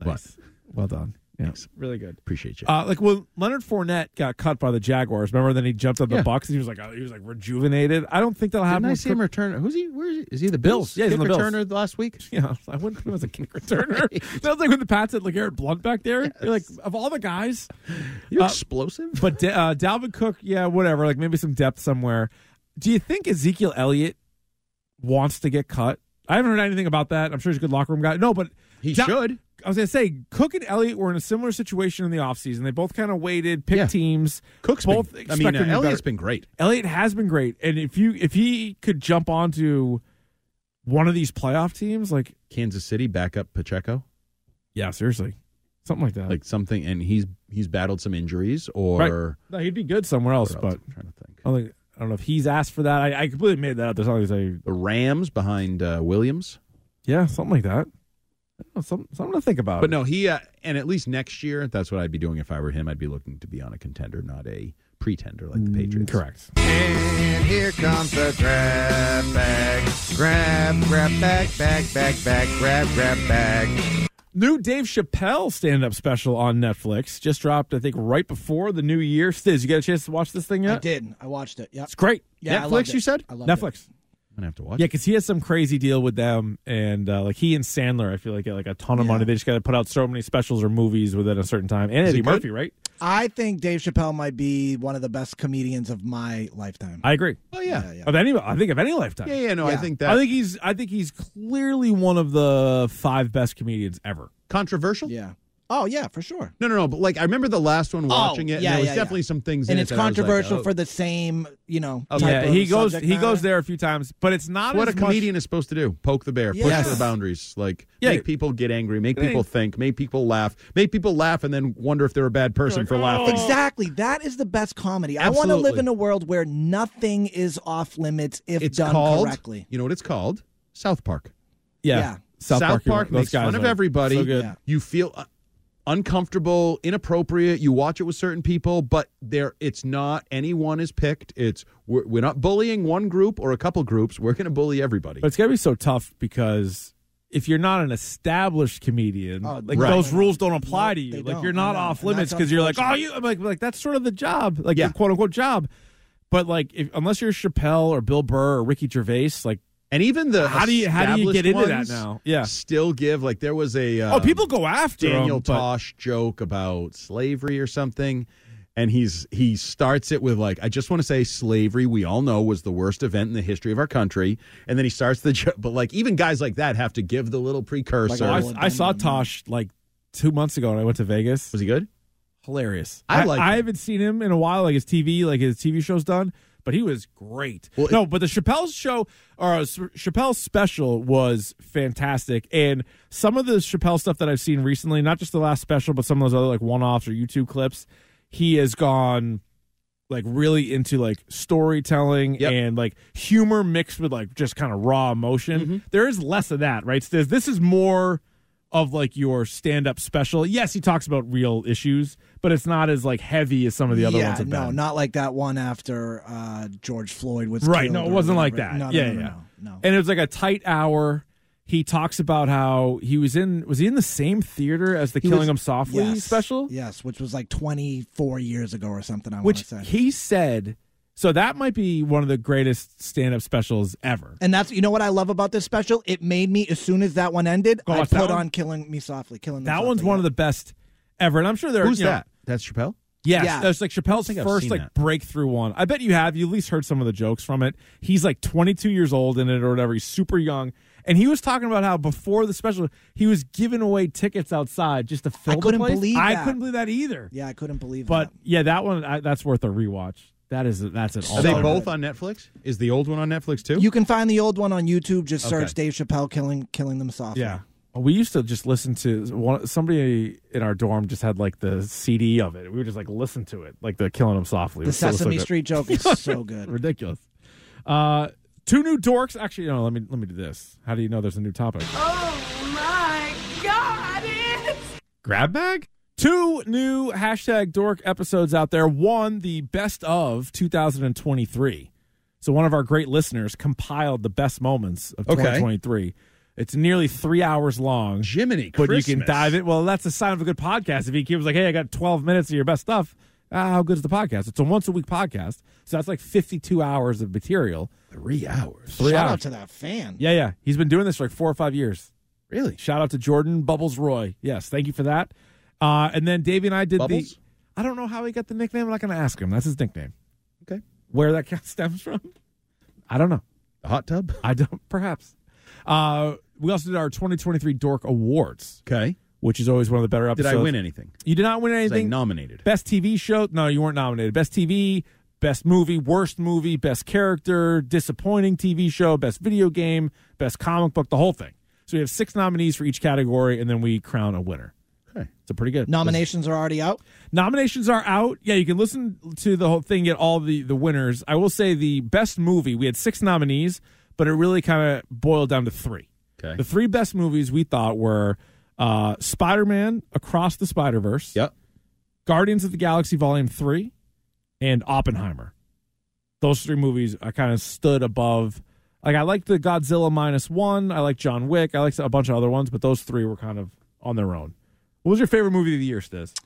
[SPEAKER 3] Nice.
[SPEAKER 2] Well done. Yeah.
[SPEAKER 3] Thanks.
[SPEAKER 2] Really good.
[SPEAKER 3] Appreciate you.
[SPEAKER 2] Uh, like when Leonard Fournette got cut by the Jaguars, remember? Then he jumped on the
[SPEAKER 3] Yeah.
[SPEAKER 2] Bucks and he was like, oh, he was like rejuvenated. I don't think that'll happen.
[SPEAKER 3] Didn't I
[SPEAKER 2] with
[SPEAKER 3] see him
[SPEAKER 2] Cook.
[SPEAKER 3] return? Who's he? Where is he? Is he the Bills?
[SPEAKER 2] Yeah, he's
[SPEAKER 3] Kick
[SPEAKER 2] on the Bills.
[SPEAKER 3] returner last week.
[SPEAKER 2] Yeah, I wouldn't put him as a kick returner. That was like when the Pats had Legarrette Blunt back there. You're like, of all the guys,
[SPEAKER 3] You're
[SPEAKER 2] Uh,
[SPEAKER 3] explosive.
[SPEAKER 2] But Da- uh, Dalvin Cook, yeah, whatever. Like maybe some depth somewhere. Do you think Ezekiel Elliott wants to get cut? I haven't heard anything about that. I'm sure he's a good locker room guy. No, but
[SPEAKER 3] he
[SPEAKER 2] Da-
[SPEAKER 3] should.
[SPEAKER 2] I was going to say Cook and Elliott were in a similar situation in the offseason. They both kind of waited, picked
[SPEAKER 3] Yeah.
[SPEAKER 2] teams.
[SPEAKER 3] Cook's
[SPEAKER 2] both
[SPEAKER 3] been, I
[SPEAKER 2] expected
[SPEAKER 3] mean,
[SPEAKER 2] to be
[SPEAKER 3] uh, Elliott's
[SPEAKER 2] better.
[SPEAKER 3] been great.
[SPEAKER 2] Elliott has been great, and if you if he could jump onto one of these playoff teams, like
[SPEAKER 3] Kansas City backup Pacheco.
[SPEAKER 2] yeah, seriously, something like that.
[SPEAKER 3] like something and he's he's battled some injuries or
[SPEAKER 2] Right. no, he'd be good somewhere else,
[SPEAKER 3] what else?
[SPEAKER 2] but
[SPEAKER 3] I'm trying to think.
[SPEAKER 2] I don't, think, I don't know if he's asked for that. I, I completely made that up. There's something to say.
[SPEAKER 3] The Rams behind uh, Williams.
[SPEAKER 2] Yeah, something like that. I don't know, some- something to think about.
[SPEAKER 3] But no, he uh, and at least next year that's what I'd be doing if I were him. I'd be looking to be on a contender, not a pretender like the
[SPEAKER 2] Mm,
[SPEAKER 3] Patriots.
[SPEAKER 2] correct.
[SPEAKER 9] And here comes the grab bag. Grab, grab, back, back, back, back, grab, grab, bag.
[SPEAKER 2] New Dave Chappelle stand-up special on Netflix just dropped. I think right before the new year. Stiz, you get a chance to watch this thing
[SPEAKER 6] I
[SPEAKER 2] yet?
[SPEAKER 6] did. I watched it. Yep.
[SPEAKER 2] It's great.
[SPEAKER 6] Yeah, I
[SPEAKER 3] Netflix,
[SPEAKER 6] loved it.
[SPEAKER 3] you said?
[SPEAKER 6] I loved it.
[SPEAKER 2] Netflix.
[SPEAKER 3] I'm gonna have to watch.
[SPEAKER 2] Yeah, because he has some crazy deal with them, and uh, like he and Sandler, I feel like get like a ton of money. They just got to put out so many specials or movies within a certain time. And Eddie
[SPEAKER 3] it good?
[SPEAKER 2] Murphy, right?
[SPEAKER 6] I think Dave Chappelle might be one of the best comedians of my lifetime.
[SPEAKER 2] I agree.
[SPEAKER 3] Oh yeah.
[SPEAKER 6] yeah.
[SPEAKER 2] Of any, I think of any lifetime.
[SPEAKER 3] Yeah, yeah, no, I
[SPEAKER 6] Yeah.
[SPEAKER 3] think that
[SPEAKER 2] I think he's. I think he's clearly one of the five best comedians ever.
[SPEAKER 3] controversial.
[SPEAKER 6] Yeah. Oh yeah, for sure.
[SPEAKER 3] No, no, no. But like I remember the last one watching it. and
[SPEAKER 6] yeah,
[SPEAKER 3] there was
[SPEAKER 6] yeah, yeah.
[SPEAKER 3] definitely some things
[SPEAKER 6] And
[SPEAKER 3] in
[SPEAKER 6] it's
[SPEAKER 3] it that I was like,
[SPEAKER 6] controversial
[SPEAKER 3] oh,
[SPEAKER 6] for the same, you know.
[SPEAKER 3] Okay.
[SPEAKER 6] type
[SPEAKER 2] Yeah,
[SPEAKER 6] of
[SPEAKER 2] he goes.
[SPEAKER 6] subject
[SPEAKER 2] He goes
[SPEAKER 6] matter.
[SPEAKER 2] there a few times, but it's not
[SPEAKER 3] what a
[SPEAKER 2] as much-
[SPEAKER 3] comedian is supposed to do: poke the bear,
[SPEAKER 6] Yes.
[SPEAKER 3] push the boundaries, like
[SPEAKER 2] Yeah.
[SPEAKER 3] make people get angry, make
[SPEAKER 2] Hey.
[SPEAKER 3] people think, make people laugh, make people laugh, and then wonder if they're a bad person for laughing.
[SPEAKER 6] Oh, Exactly. That is the best comedy. I want to live
[SPEAKER 3] Absolutely.
[SPEAKER 6] in a world where nothing is off limits if
[SPEAKER 3] It's
[SPEAKER 6] done
[SPEAKER 3] called.
[SPEAKER 6] correctly.
[SPEAKER 3] You know what it's called? South Park.
[SPEAKER 2] Yeah,
[SPEAKER 6] Yeah.
[SPEAKER 2] South, Park. you're right. Those
[SPEAKER 3] makes
[SPEAKER 2] guys
[SPEAKER 3] fun of
[SPEAKER 2] are
[SPEAKER 3] everybody.
[SPEAKER 2] So good.
[SPEAKER 6] Yeah.
[SPEAKER 3] You feel uh, uncomfortable, inappropriate. You watch it with certain people, but there it's not anyone is picked. It's we're, we're not bullying one group or a couple groups. We're going to bully everybody.
[SPEAKER 2] But it's gotta be so tough because if you're not an established comedian,
[SPEAKER 6] Oh,
[SPEAKER 2] like
[SPEAKER 6] right.
[SPEAKER 2] those rules don't apply
[SPEAKER 6] Nope,
[SPEAKER 2] to you.
[SPEAKER 6] they
[SPEAKER 2] Like
[SPEAKER 6] don't.
[SPEAKER 2] you're not
[SPEAKER 6] And that-
[SPEAKER 2] off
[SPEAKER 6] and that's
[SPEAKER 2] limits because you're like, oh, you. I'm like, like that's sort of the job, like
[SPEAKER 3] Yeah.
[SPEAKER 2] your quote unquote job. But like, if, unless you're Chappelle or Bill Burr or Ricky Gervais, like,
[SPEAKER 3] And even the
[SPEAKER 2] How do you- how do you get into
[SPEAKER 3] established
[SPEAKER 2] that
[SPEAKER 3] ones
[SPEAKER 2] now? Yeah.
[SPEAKER 3] still give like there was a
[SPEAKER 2] oh,
[SPEAKER 3] um,
[SPEAKER 2] people go after
[SPEAKER 3] Daniel
[SPEAKER 2] him, but-
[SPEAKER 3] Tosh joke about slavery or something. And he's he starts it with like, I just want to say slavery, we all know was the worst event in the history of our country. And then he starts the joke, but like even guys like that have to give the little precursor.
[SPEAKER 2] Well,
[SPEAKER 6] Like,
[SPEAKER 2] I, I saw Tosh like two months ago when I went to Vegas.
[SPEAKER 3] was he good?
[SPEAKER 2] Hilarious.
[SPEAKER 3] I like
[SPEAKER 2] I
[SPEAKER 3] him.
[SPEAKER 2] haven't seen him in a while. Like his TV, like his TV show's done, but he was great.
[SPEAKER 3] Well,
[SPEAKER 2] no, but the Chappelle's show or uh, Chappelle's special was fantastic, and some of the Chappelle stuff that I've seen recently, not just the last special, but some of those other like one-offs or YouTube clips, he has gone like really into like storytelling
[SPEAKER 3] Yep.
[SPEAKER 2] and like humor mixed with like just kind of raw emotion.
[SPEAKER 6] Mm-hmm.
[SPEAKER 2] There is less of that, right? Stiz? This is more of like your stand-up special. Yes, he talks about real issues, but it's not as like heavy as some of the other
[SPEAKER 6] yeah,
[SPEAKER 2] ones have
[SPEAKER 6] no,
[SPEAKER 2] been.
[SPEAKER 6] not like that one after uh, George Floyd was
[SPEAKER 2] right.
[SPEAKER 6] killed
[SPEAKER 2] No, it
[SPEAKER 6] or
[SPEAKER 2] wasn't like
[SPEAKER 6] whatever.
[SPEAKER 2] that.
[SPEAKER 6] No, no,
[SPEAKER 2] yeah,
[SPEAKER 6] no,
[SPEAKER 2] yeah.
[SPEAKER 6] no, no.
[SPEAKER 2] And it was like a tight hour. He talks about how he was in was he in the same theater as the Killing
[SPEAKER 6] was-
[SPEAKER 2] Him Softly
[SPEAKER 6] Yes.
[SPEAKER 2] special?
[SPEAKER 6] Yes, which was like 24 years ago or something. I
[SPEAKER 2] Which
[SPEAKER 6] want to say.
[SPEAKER 2] he said so that might be one of the greatest stand-up specials ever.
[SPEAKER 6] and that's you know what I love about this special. It made me as soon as that one ended,
[SPEAKER 2] Go
[SPEAKER 6] I
[SPEAKER 2] watch that
[SPEAKER 6] put
[SPEAKER 2] one?
[SPEAKER 6] on "Killing Me Softly." Killing Me
[SPEAKER 2] That
[SPEAKER 6] Softly,
[SPEAKER 2] one's one
[SPEAKER 6] yeah.
[SPEAKER 2] of the best ever, and I'm sure there.
[SPEAKER 3] Who's
[SPEAKER 2] you know,
[SPEAKER 3] that? That's Chappelle?
[SPEAKER 2] Yes,
[SPEAKER 6] Yeah.
[SPEAKER 2] that's like Chappelle's
[SPEAKER 3] think I've
[SPEAKER 2] first
[SPEAKER 3] seen
[SPEAKER 2] like
[SPEAKER 3] that.
[SPEAKER 2] breakthrough one. I bet you have. You at least heard some of the jokes from it. He's like 22 years old in it or whatever. He's super young, and he was talking about how before the special, he was giving away tickets outside just to fill the
[SPEAKER 6] couldn't
[SPEAKER 2] place.
[SPEAKER 6] believe
[SPEAKER 2] I
[SPEAKER 6] that.
[SPEAKER 2] couldn't believe that either.
[SPEAKER 6] Yeah, I couldn't believe
[SPEAKER 2] But
[SPEAKER 6] that.
[SPEAKER 2] yeah, that one I, that's worth a rewatch. That is that's an all.
[SPEAKER 3] Are they
[SPEAKER 6] Oh,
[SPEAKER 3] both on Netflix? Is the old one on Netflix too?
[SPEAKER 6] You can find the old one on YouTube. Just search
[SPEAKER 3] Okay.
[SPEAKER 6] Dave Chappelle killing killing them softly.
[SPEAKER 2] Yeah. We used to just listen to one, somebody in our dorm just had like the CD of it. We would just like listen to it, like the Killing Them Softly. It
[SPEAKER 6] the
[SPEAKER 2] was so- so
[SPEAKER 6] Sesame
[SPEAKER 2] good.
[SPEAKER 6] Street joke is so good.
[SPEAKER 2] ridiculous. Uh, two new dorks. Actually, no. Let me let me do this. How do you know there's a new topic?
[SPEAKER 8] Grab bag?
[SPEAKER 2] Two new hashtag dork episodes out there. One, the best of 2023. So one of our great listeners compiled the best moments of
[SPEAKER 3] Okay.
[SPEAKER 2] 2023. It's nearly three hours long,
[SPEAKER 3] Jiminy
[SPEAKER 2] but
[SPEAKER 3] Christmas.
[SPEAKER 2] you can dive in. Well, that's a sign of a good podcast. If he was like, "Hey, I got 12 minutes of your best stuff," ah, how good is the podcast? It's a once a week podcast, so that's like 52 hours of material.
[SPEAKER 3] Three hours.
[SPEAKER 2] Three
[SPEAKER 6] Shout
[SPEAKER 2] hours.
[SPEAKER 6] out to that fan.
[SPEAKER 2] Yeah, yeah. He's been doing this for like four or five years.
[SPEAKER 3] Really?
[SPEAKER 2] Shout out to Jordan Bubbles Roy. Yes, thank you for that. Uh, and then Davey and I did
[SPEAKER 3] Bubbles?
[SPEAKER 2] the. I don't know how he got the nickname. I'm not going to ask him. That's his nickname.
[SPEAKER 3] Okay.
[SPEAKER 2] Where that stems from, I don't know.
[SPEAKER 3] The hot tub?
[SPEAKER 2] I don't. Perhaps. Uh, we also did our 2023 Dork Awards,
[SPEAKER 3] Okay.
[SPEAKER 2] which is always one of the better
[SPEAKER 3] Did
[SPEAKER 2] episodes.
[SPEAKER 3] I win anything?
[SPEAKER 2] You did not win
[SPEAKER 3] Was I
[SPEAKER 2] anything.
[SPEAKER 3] nominated?
[SPEAKER 2] Best TV show? No, you weren't nominated. Best TV, best movie, worst movie, best character, disappointing TV show, best video game, best comic book, the whole thing. So we have six nominees for each category, and then we crown a winner.
[SPEAKER 3] Okay.
[SPEAKER 2] So pretty good.
[SPEAKER 6] Nominations are already out.
[SPEAKER 2] Nominations are out. Yeah, you can listen to the whole thing, get all the, the winners. I will say the best movie, we had six nominees, but it really kind of boiled down to three.
[SPEAKER 3] Okay.
[SPEAKER 2] The three best movies we thought were uh, Spider Man Across the Spider Verse.
[SPEAKER 3] Yep.
[SPEAKER 2] Guardians of the Galaxy Volume 3 and Oppenheimer. Those three movies I kind of stood above. Like I liked the Godzilla minus 1, I like John Wick, I liked a bunch of other ones, but those three were kind of on their own. What was your favorite movie of the year, Stiz?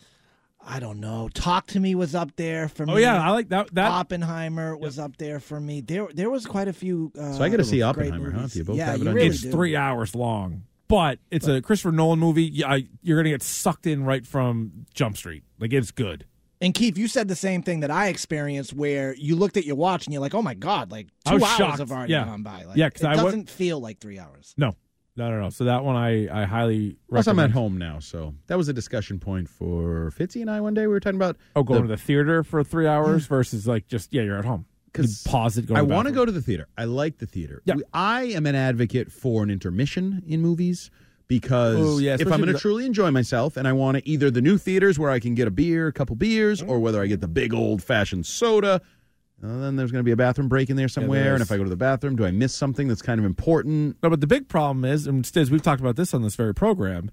[SPEAKER 6] I don't know. Talk to me was up there for me.
[SPEAKER 2] Oh yeah, I like that that
[SPEAKER 6] Oppenheimer was up there for me. There, there was quite a few. Uh,
[SPEAKER 3] So I gotta see
[SPEAKER 6] great
[SPEAKER 3] Oppenheimer, huh?
[SPEAKER 6] movies.
[SPEAKER 3] If you both
[SPEAKER 6] yeah,
[SPEAKER 3] have it
[SPEAKER 6] you
[SPEAKER 3] on
[SPEAKER 6] really
[SPEAKER 2] it's
[SPEAKER 6] do.
[SPEAKER 2] three hours long, but it's a Christopher Nolan movie. Yeah, I- you're gonna get sucked in right from Jump Street. Like it's good.
[SPEAKER 6] And Keith, you said the same thing that I experienced, where you looked at your watch and you're like, "Oh my god, like
[SPEAKER 2] I
[SPEAKER 6] two
[SPEAKER 2] was
[SPEAKER 6] hours
[SPEAKER 2] shocked.
[SPEAKER 6] have already
[SPEAKER 2] Yeah.
[SPEAKER 6] gone by." Like,
[SPEAKER 2] Yeah, 'cause
[SPEAKER 6] it
[SPEAKER 2] I wa-
[SPEAKER 6] doesn't feel like three hours.
[SPEAKER 2] No, no, no, no. So that one I I highly
[SPEAKER 3] Plus, I'm
[SPEAKER 2] recommend.
[SPEAKER 3] at home now, so that was a discussion point for Fitzy and I one day. We were talking about
[SPEAKER 2] Oh, going to the theater for three hours versus like just yeah, you're at home. You
[SPEAKER 3] 'Cause
[SPEAKER 2] pause it. Go
[SPEAKER 3] I
[SPEAKER 2] want to
[SPEAKER 3] go to the theater. I like the theater.
[SPEAKER 2] Yeah.
[SPEAKER 3] We- I am an advocate for an intermission in movies because
[SPEAKER 2] Oh, yeah,
[SPEAKER 3] if
[SPEAKER 2] especially
[SPEAKER 3] I'm going to
[SPEAKER 2] with-
[SPEAKER 3] truly enjoy myself and I want to either the new theaters where I can get a beer, a couple beers,
[SPEAKER 2] Mm-hmm.
[SPEAKER 3] or whether I get the big old fashioned soda, uh, then there's going to be a bathroom break in there somewhere. and
[SPEAKER 2] is.
[SPEAKER 3] if I go to the bathroom, do I miss something that's kind of important?
[SPEAKER 2] No, but the big problem is, and Stiz, we've talked about this on this very program.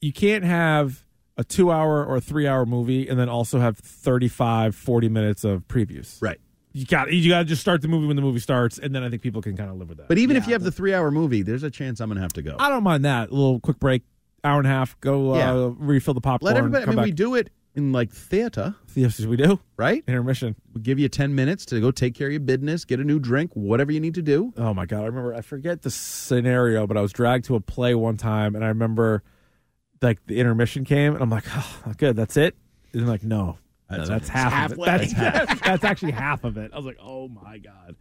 [SPEAKER 2] You can't have a two hour or three hour movie and then also have 35, 40 minutes of previews.
[SPEAKER 3] Right.
[SPEAKER 2] You got you got to just start the movie when the movie starts, and then I think people can kind of live with that.
[SPEAKER 3] But even if you have the three hour movie, there's a chance I'm going to have to go.
[SPEAKER 2] I don't mind that. A little quick break, hour and a half. Go
[SPEAKER 3] Yeah.
[SPEAKER 2] uh, refill the popcorn.
[SPEAKER 3] Let everybody, I
[SPEAKER 2] come
[SPEAKER 3] mean, we
[SPEAKER 2] back.
[SPEAKER 3] do it in like theater,
[SPEAKER 2] Yes, we do.
[SPEAKER 3] right?
[SPEAKER 2] Intermission.
[SPEAKER 3] We give you 10 minutes to go take care of your business, get a new drink, whatever you need to do.
[SPEAKER 2] Oh my god, I remember I forget the scenario, but I was dragged to a play one time and I remember like the intermission came and I'm like, oh, good, that's it. And I'm like, no. no, That's, half
[SPEAKER 6] halfway.
[SPEAKER 2] of it. That's, half, that's actually half of it. I was like, oh my god.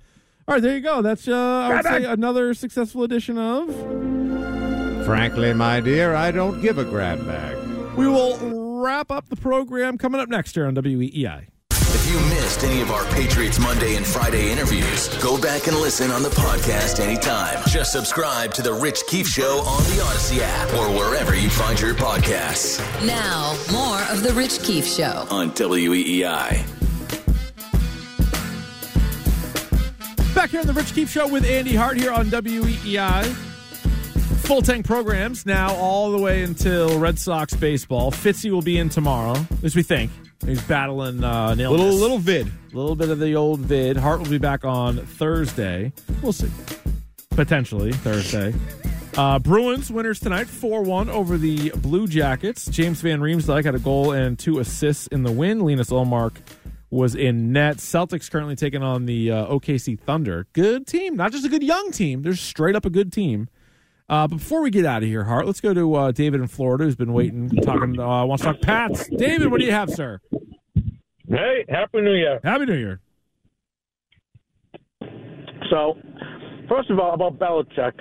[SPEAKER 2] All right, there you go. That's uh I would say another successful edition of
[SPEAKER 9] Frankly, my dear, I don't give a grab bag.
[SPEAKER 2] We will wrap up the program coming up next here on E WEEI.
[SPEAKER 1] If you missed any of our Patriots Monday and Friday interviews, go back and listen on the podcast anytime. Just subscribe to The Rich Keefe Show on the Odyssey app or wherever you find your podcasts
[SPEAKER 5] Now, more of The Rich Keefe Show.
[SPEAKER 1] on E WEEI.
[SPEAKER 2] Back here on the Rich Keefe Show with Andy Hart here on WEEI. Full tank programs now all the way until Red Sox baseball. Fitzy will be in tomorrow, at least we think. He's battling uh, an illness.
[SPEAKER 3] Little little vid.
[SPEAKER 2] little bit of the old vid. Hart will be back on Thursday,
[SPEAKER 3] We'll see.
[SPEAKER 2] potentially Thursday. Uh, Bruins winners tonight, four one over the Blue Jackets. James Van Riemsdyk had a goal and two assists in the win. Linus Olmark was in net. Celtics currently taking on the uh, OKC Thunder. Good team, not just a good young team. They're straight up a good team. Uh, but before we get out of here, Hart, let's go to uh, David in Florida, who's been waiting, talking. Uh, wants to talk Pats. David, what do you have, sir?
[SPEAKER 10] Hey, Happy New Year.
[SPEAKER 2] Happy New Year.
[SPEAKER 10] So, first of all, about Belichick,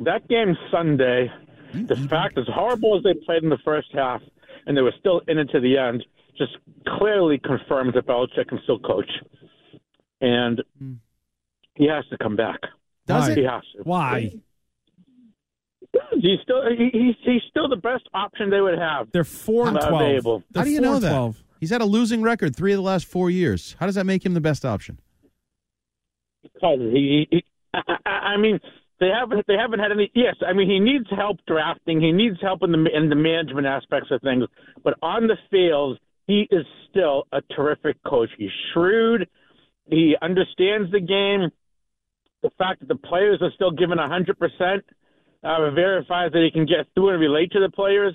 [SPEAKER 10] that game Sunday,
[SPEAKER 2] Mm-hmm.
[SPEAKER 10] the fact as horrible as they played in the first half, and they were still in it to the end, just clearly confirms that Belichick can still coach, and he has to come back.
[SPEAKER 2] Does
[SPEAKER 10] He
[SPEAKER 2] it?
[SPEAKER 10] has to.
[SPEAKER 2] Why?
[SPEAKER 10] He's still he, he's, he's still the best option they would have.
[SPEAKER 2] They're four and
[SPEAKER 10] Not
[SPEAKER 2] twelve.
[SPEAKER 10] available.
[SPEAKER 2] They're
[SPEAKER 3] How do you
[SPEAKER 2] four
[SPEAKER 3] know
[SPEAKER 2] and
[SPEAKER 3] that?
[SPEAKER 2] 12.
[SPEAKER 3] He's had a losing record three of the last four years. How does that make him the best option?
[SPEAKER 10] because he, he I, I I mean they haven't they haven't had any yes I mean he needs help drafting he needs help in the in the management aspects of things but on the field he is still a terrific coach he's shrewd he understands the game the fact that the players are still given a hundred percent uh, verifies that he can get through and relate to the players.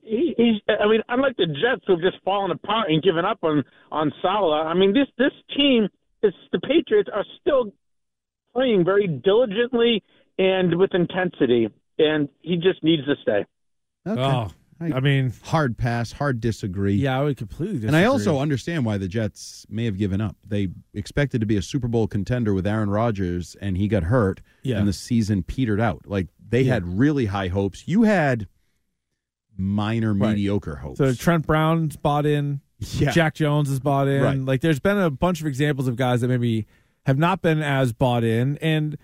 [SPEAKER 10] He, he's, I mean, unlike the Jets who've just fallen apart and given up on on Salah, I mean this this team is the Patriots are still playing very diligently and with intensity, and he just needs to stay.
[SPEAKER 3] Okay.
[SPEAKER 2] Oh,
[SPEAKER 3] I-
[SPEAKER 2] I mean,
[SPEAKER 3] Hard pass, hard disagree.
[SPEAKER 2] yeah, I would completely. Disagree.
[SPEAKER 3] And I also understand why the Jets may have given up. They expected to be a Super Bowl contender with Aaron Rodgers, and he got hurt,
[SPEAKER 2] Yeah.
[SPEAKER 3] and the season petered out. Like they
[SPEAKER 2] Yeah.
[SPEAKER 3] had really high hopes. You had minor,
[SPEAKER 2] Right.
[SPEAKER 3] mediocre hopes.
[SPEAKER 2] so Trent Brown's bought in.
[SPEAKER 3] yeah,
[SPEAKER 2] Jack Jones is bought in.
[SPEAKER 3] Right.
[SPEAKER 2] Like, there's been a bunch of examples of guys that maybe have not been as bought in, and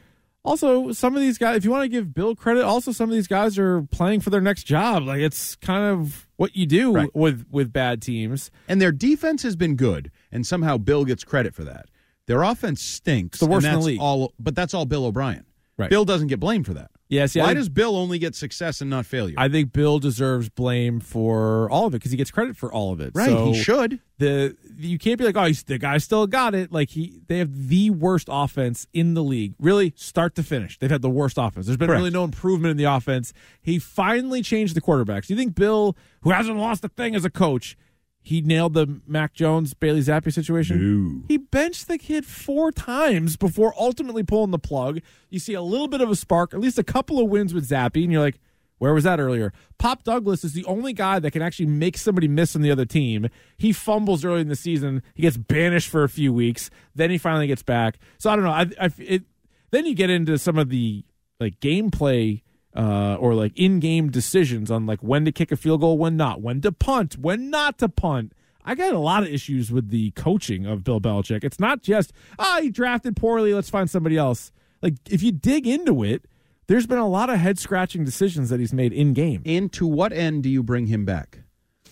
[SPEAKER 2] also some of these guys. If you want to give Bill credit, also some of these guys are playing for their next job. Like, it's kind of what you do
[SPEAKER 3] Right.
[SPEAKER 2] with with bad teams.
[SPEAKER 3] and their defense has been good, and somehow Bill gets credit for that. Their offense stinks.
[SPEAKER 2] the worst in
[SPEAKER 3] and
[SPEAKER 2] the
[SPEAKER 3] that's
[SPEAKER 2] league.
[SPEAKER 3] All, but that's all Bill O'Brien.
[SPEAKER 2] Right.
[SPEAKER 3] Bill doesn't get blamed for that.
[SPEAKER 2] Yes,
[SPEAKER 3] Why does Bill only get success and not failure?
[SPEAKER 2] I think Bill deserves blame for all of it because he gets credit for all of it.
[SPEAKER 3] right,
[SPEAKER 2] So-
[SPEAKER 3] he should.
[SPEAKER 2] the you can't be like oh he's, the guy still got it like he they have the worst offense in the league really start to finish they've had the worst offense there's been
[SPEAKER 3] Correct.
[SPEAKER 2] really no improvement in the offense he finally changed the quarterbacks do you think bill who hasn't lost a thing as a coach he nailed the mac jones bailey zappi situation he benched the kid four times before ultimately pulling the plug you see a little bit of a spark at least a couple of wins with zappi and you're like where was that earlier? Pop Douglas is the only guy that can actually make somebody miss from the other team. He fumbles early in the season. He gets banished for a few weeks. Then he finally gets back. So I don't know. I, I it, then you get into some of the like gameplay uh, or like in-game decisions on like when to kick a field goal, when not, when to punt, when not to punt. I got a lot of issues with the coaching of Bill Belichick. It's not just ah he drafted poorly. Let's find somebody else. Like if you dig into it there's been a lot of head scratching decisions that he's made in game.
[SPEAKER 3] and to what end do you bring him back?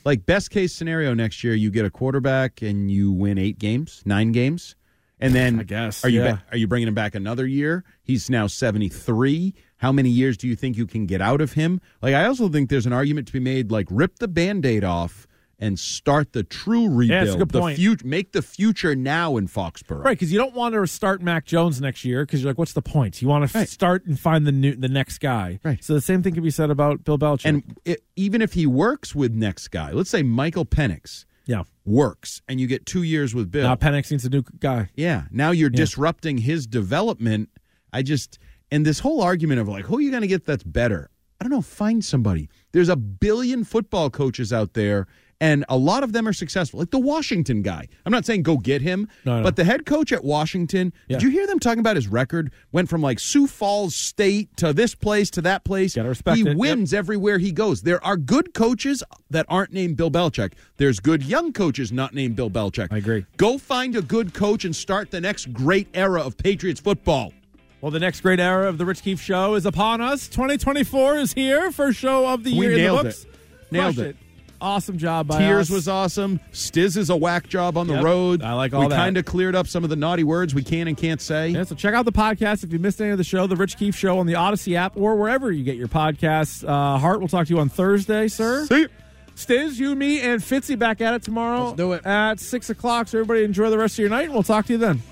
[SPEAKER 3] Like best case scenario next year, you get a quarterback and you win eight games, nine games, and then
[SPEAKER 2] I guess,
[SPEAKER 3] are you
[SPEAKER 2] yeah.
[SPEAKER 3] ba- are you bringing him back another year? He's now seventy three. How many years do you think you can get out of him? Like I also think there's an argument to be made, like rip the band-aid off and start the true rebuild.
[SPEAKER 2] Yeah, that's a good
[SPEAKER 3] the
[SPEAKER 2] point.
[SPEAKER 3] fut- make the future now in Foxborough.
[SPEAKER 2] Right, because you don't want to start Mac Jones next year because you're like, what's the point? You want to f start and find the new, the next guy. Right. So the same thing can be said about Bill Belichick.
[SPEAKER 3] And it, even if he works with next guy, let's say Michael Penix
[SPEAKER 2] yeah,
[SPEAKER 3] works, and you get two years with Bill.
[SPEAKER 2] now Penix needs a new guy.
[SPEAKER 3] Yeah. Now you're
[SPEAKER 2] Yeah.
[SPEAKER 3] disrupting his development. I just and this whole argument of like, who are you going to get that's better? I don't know. Find somebody. There's a billion football coaches out there, and a lot of them are successful. Like the Washington guy. I'm not saying go get him,
[SPEAKER 2] No, no.
[SPEAKER 3] but the head coach at Washington. Did
[SPEAKER 2] Yeah.
[SPEAKER 3] you hear them talking about his record? Went from like Sioux Falls State to this place to that place. Gotta
[SPEAKER 2] respect
[SPEAKER 3] he
[SPEAKER 2] it. Yep.
[SPEAKER 3] wins everywhere he goes. There are good coaches that aren't named Bill Belichick. There's good young coaches not named Bill Belichick.
[SPEAKER 2] I agree.
[SPEAKER 3] Go find a good coach and start the next great era of Patriots football.
[SPEAKER 2] Well, the next great era of the Rich Keefe Show is upon us. 2024 is here. First show of the
[SPEAKER 3] We
[SPEAKER 2] year in
[SPEAKER 3] nailed
[SPEAKER 2] the books.
[SPEAKER 3] it. Nailed
[SPEAKER 2] Crushed
[SPEAKER 3] it.
[SPEAKER 2] Awesome job by
[SPEAKER 3] Tears
[SPEAKER 2] us.
[SPEAKER 3] was awesome. Stiz is a whack job on the
[SPEAKER 2] Yep.
[SPEAKER 3] road.
[SPEAKER 2] I like all
[SPEAKER 3] we
[SPEAKER 2] that.
[SPEAKER 3] kind of cleared up some of the naughty words we can and can't say.
[SPEAKER 2] Yeah, so check out the podcast if you missed any of the show, the Rich Keefe Show on the Odyssey app or wherever you get your podcasts. Uh, Hart, we'll talk to you on Thursday, sir.
[SPEAKER 3] See ya.
[SPEAKER 2] Stiz, you, me, and Fitzy back at it tomorrow
[SPEAKER 6] Let's do it.
[SPEAKER 2] at six o'clock. So everybody enjoy the rest of your night, and we'll talk to you then.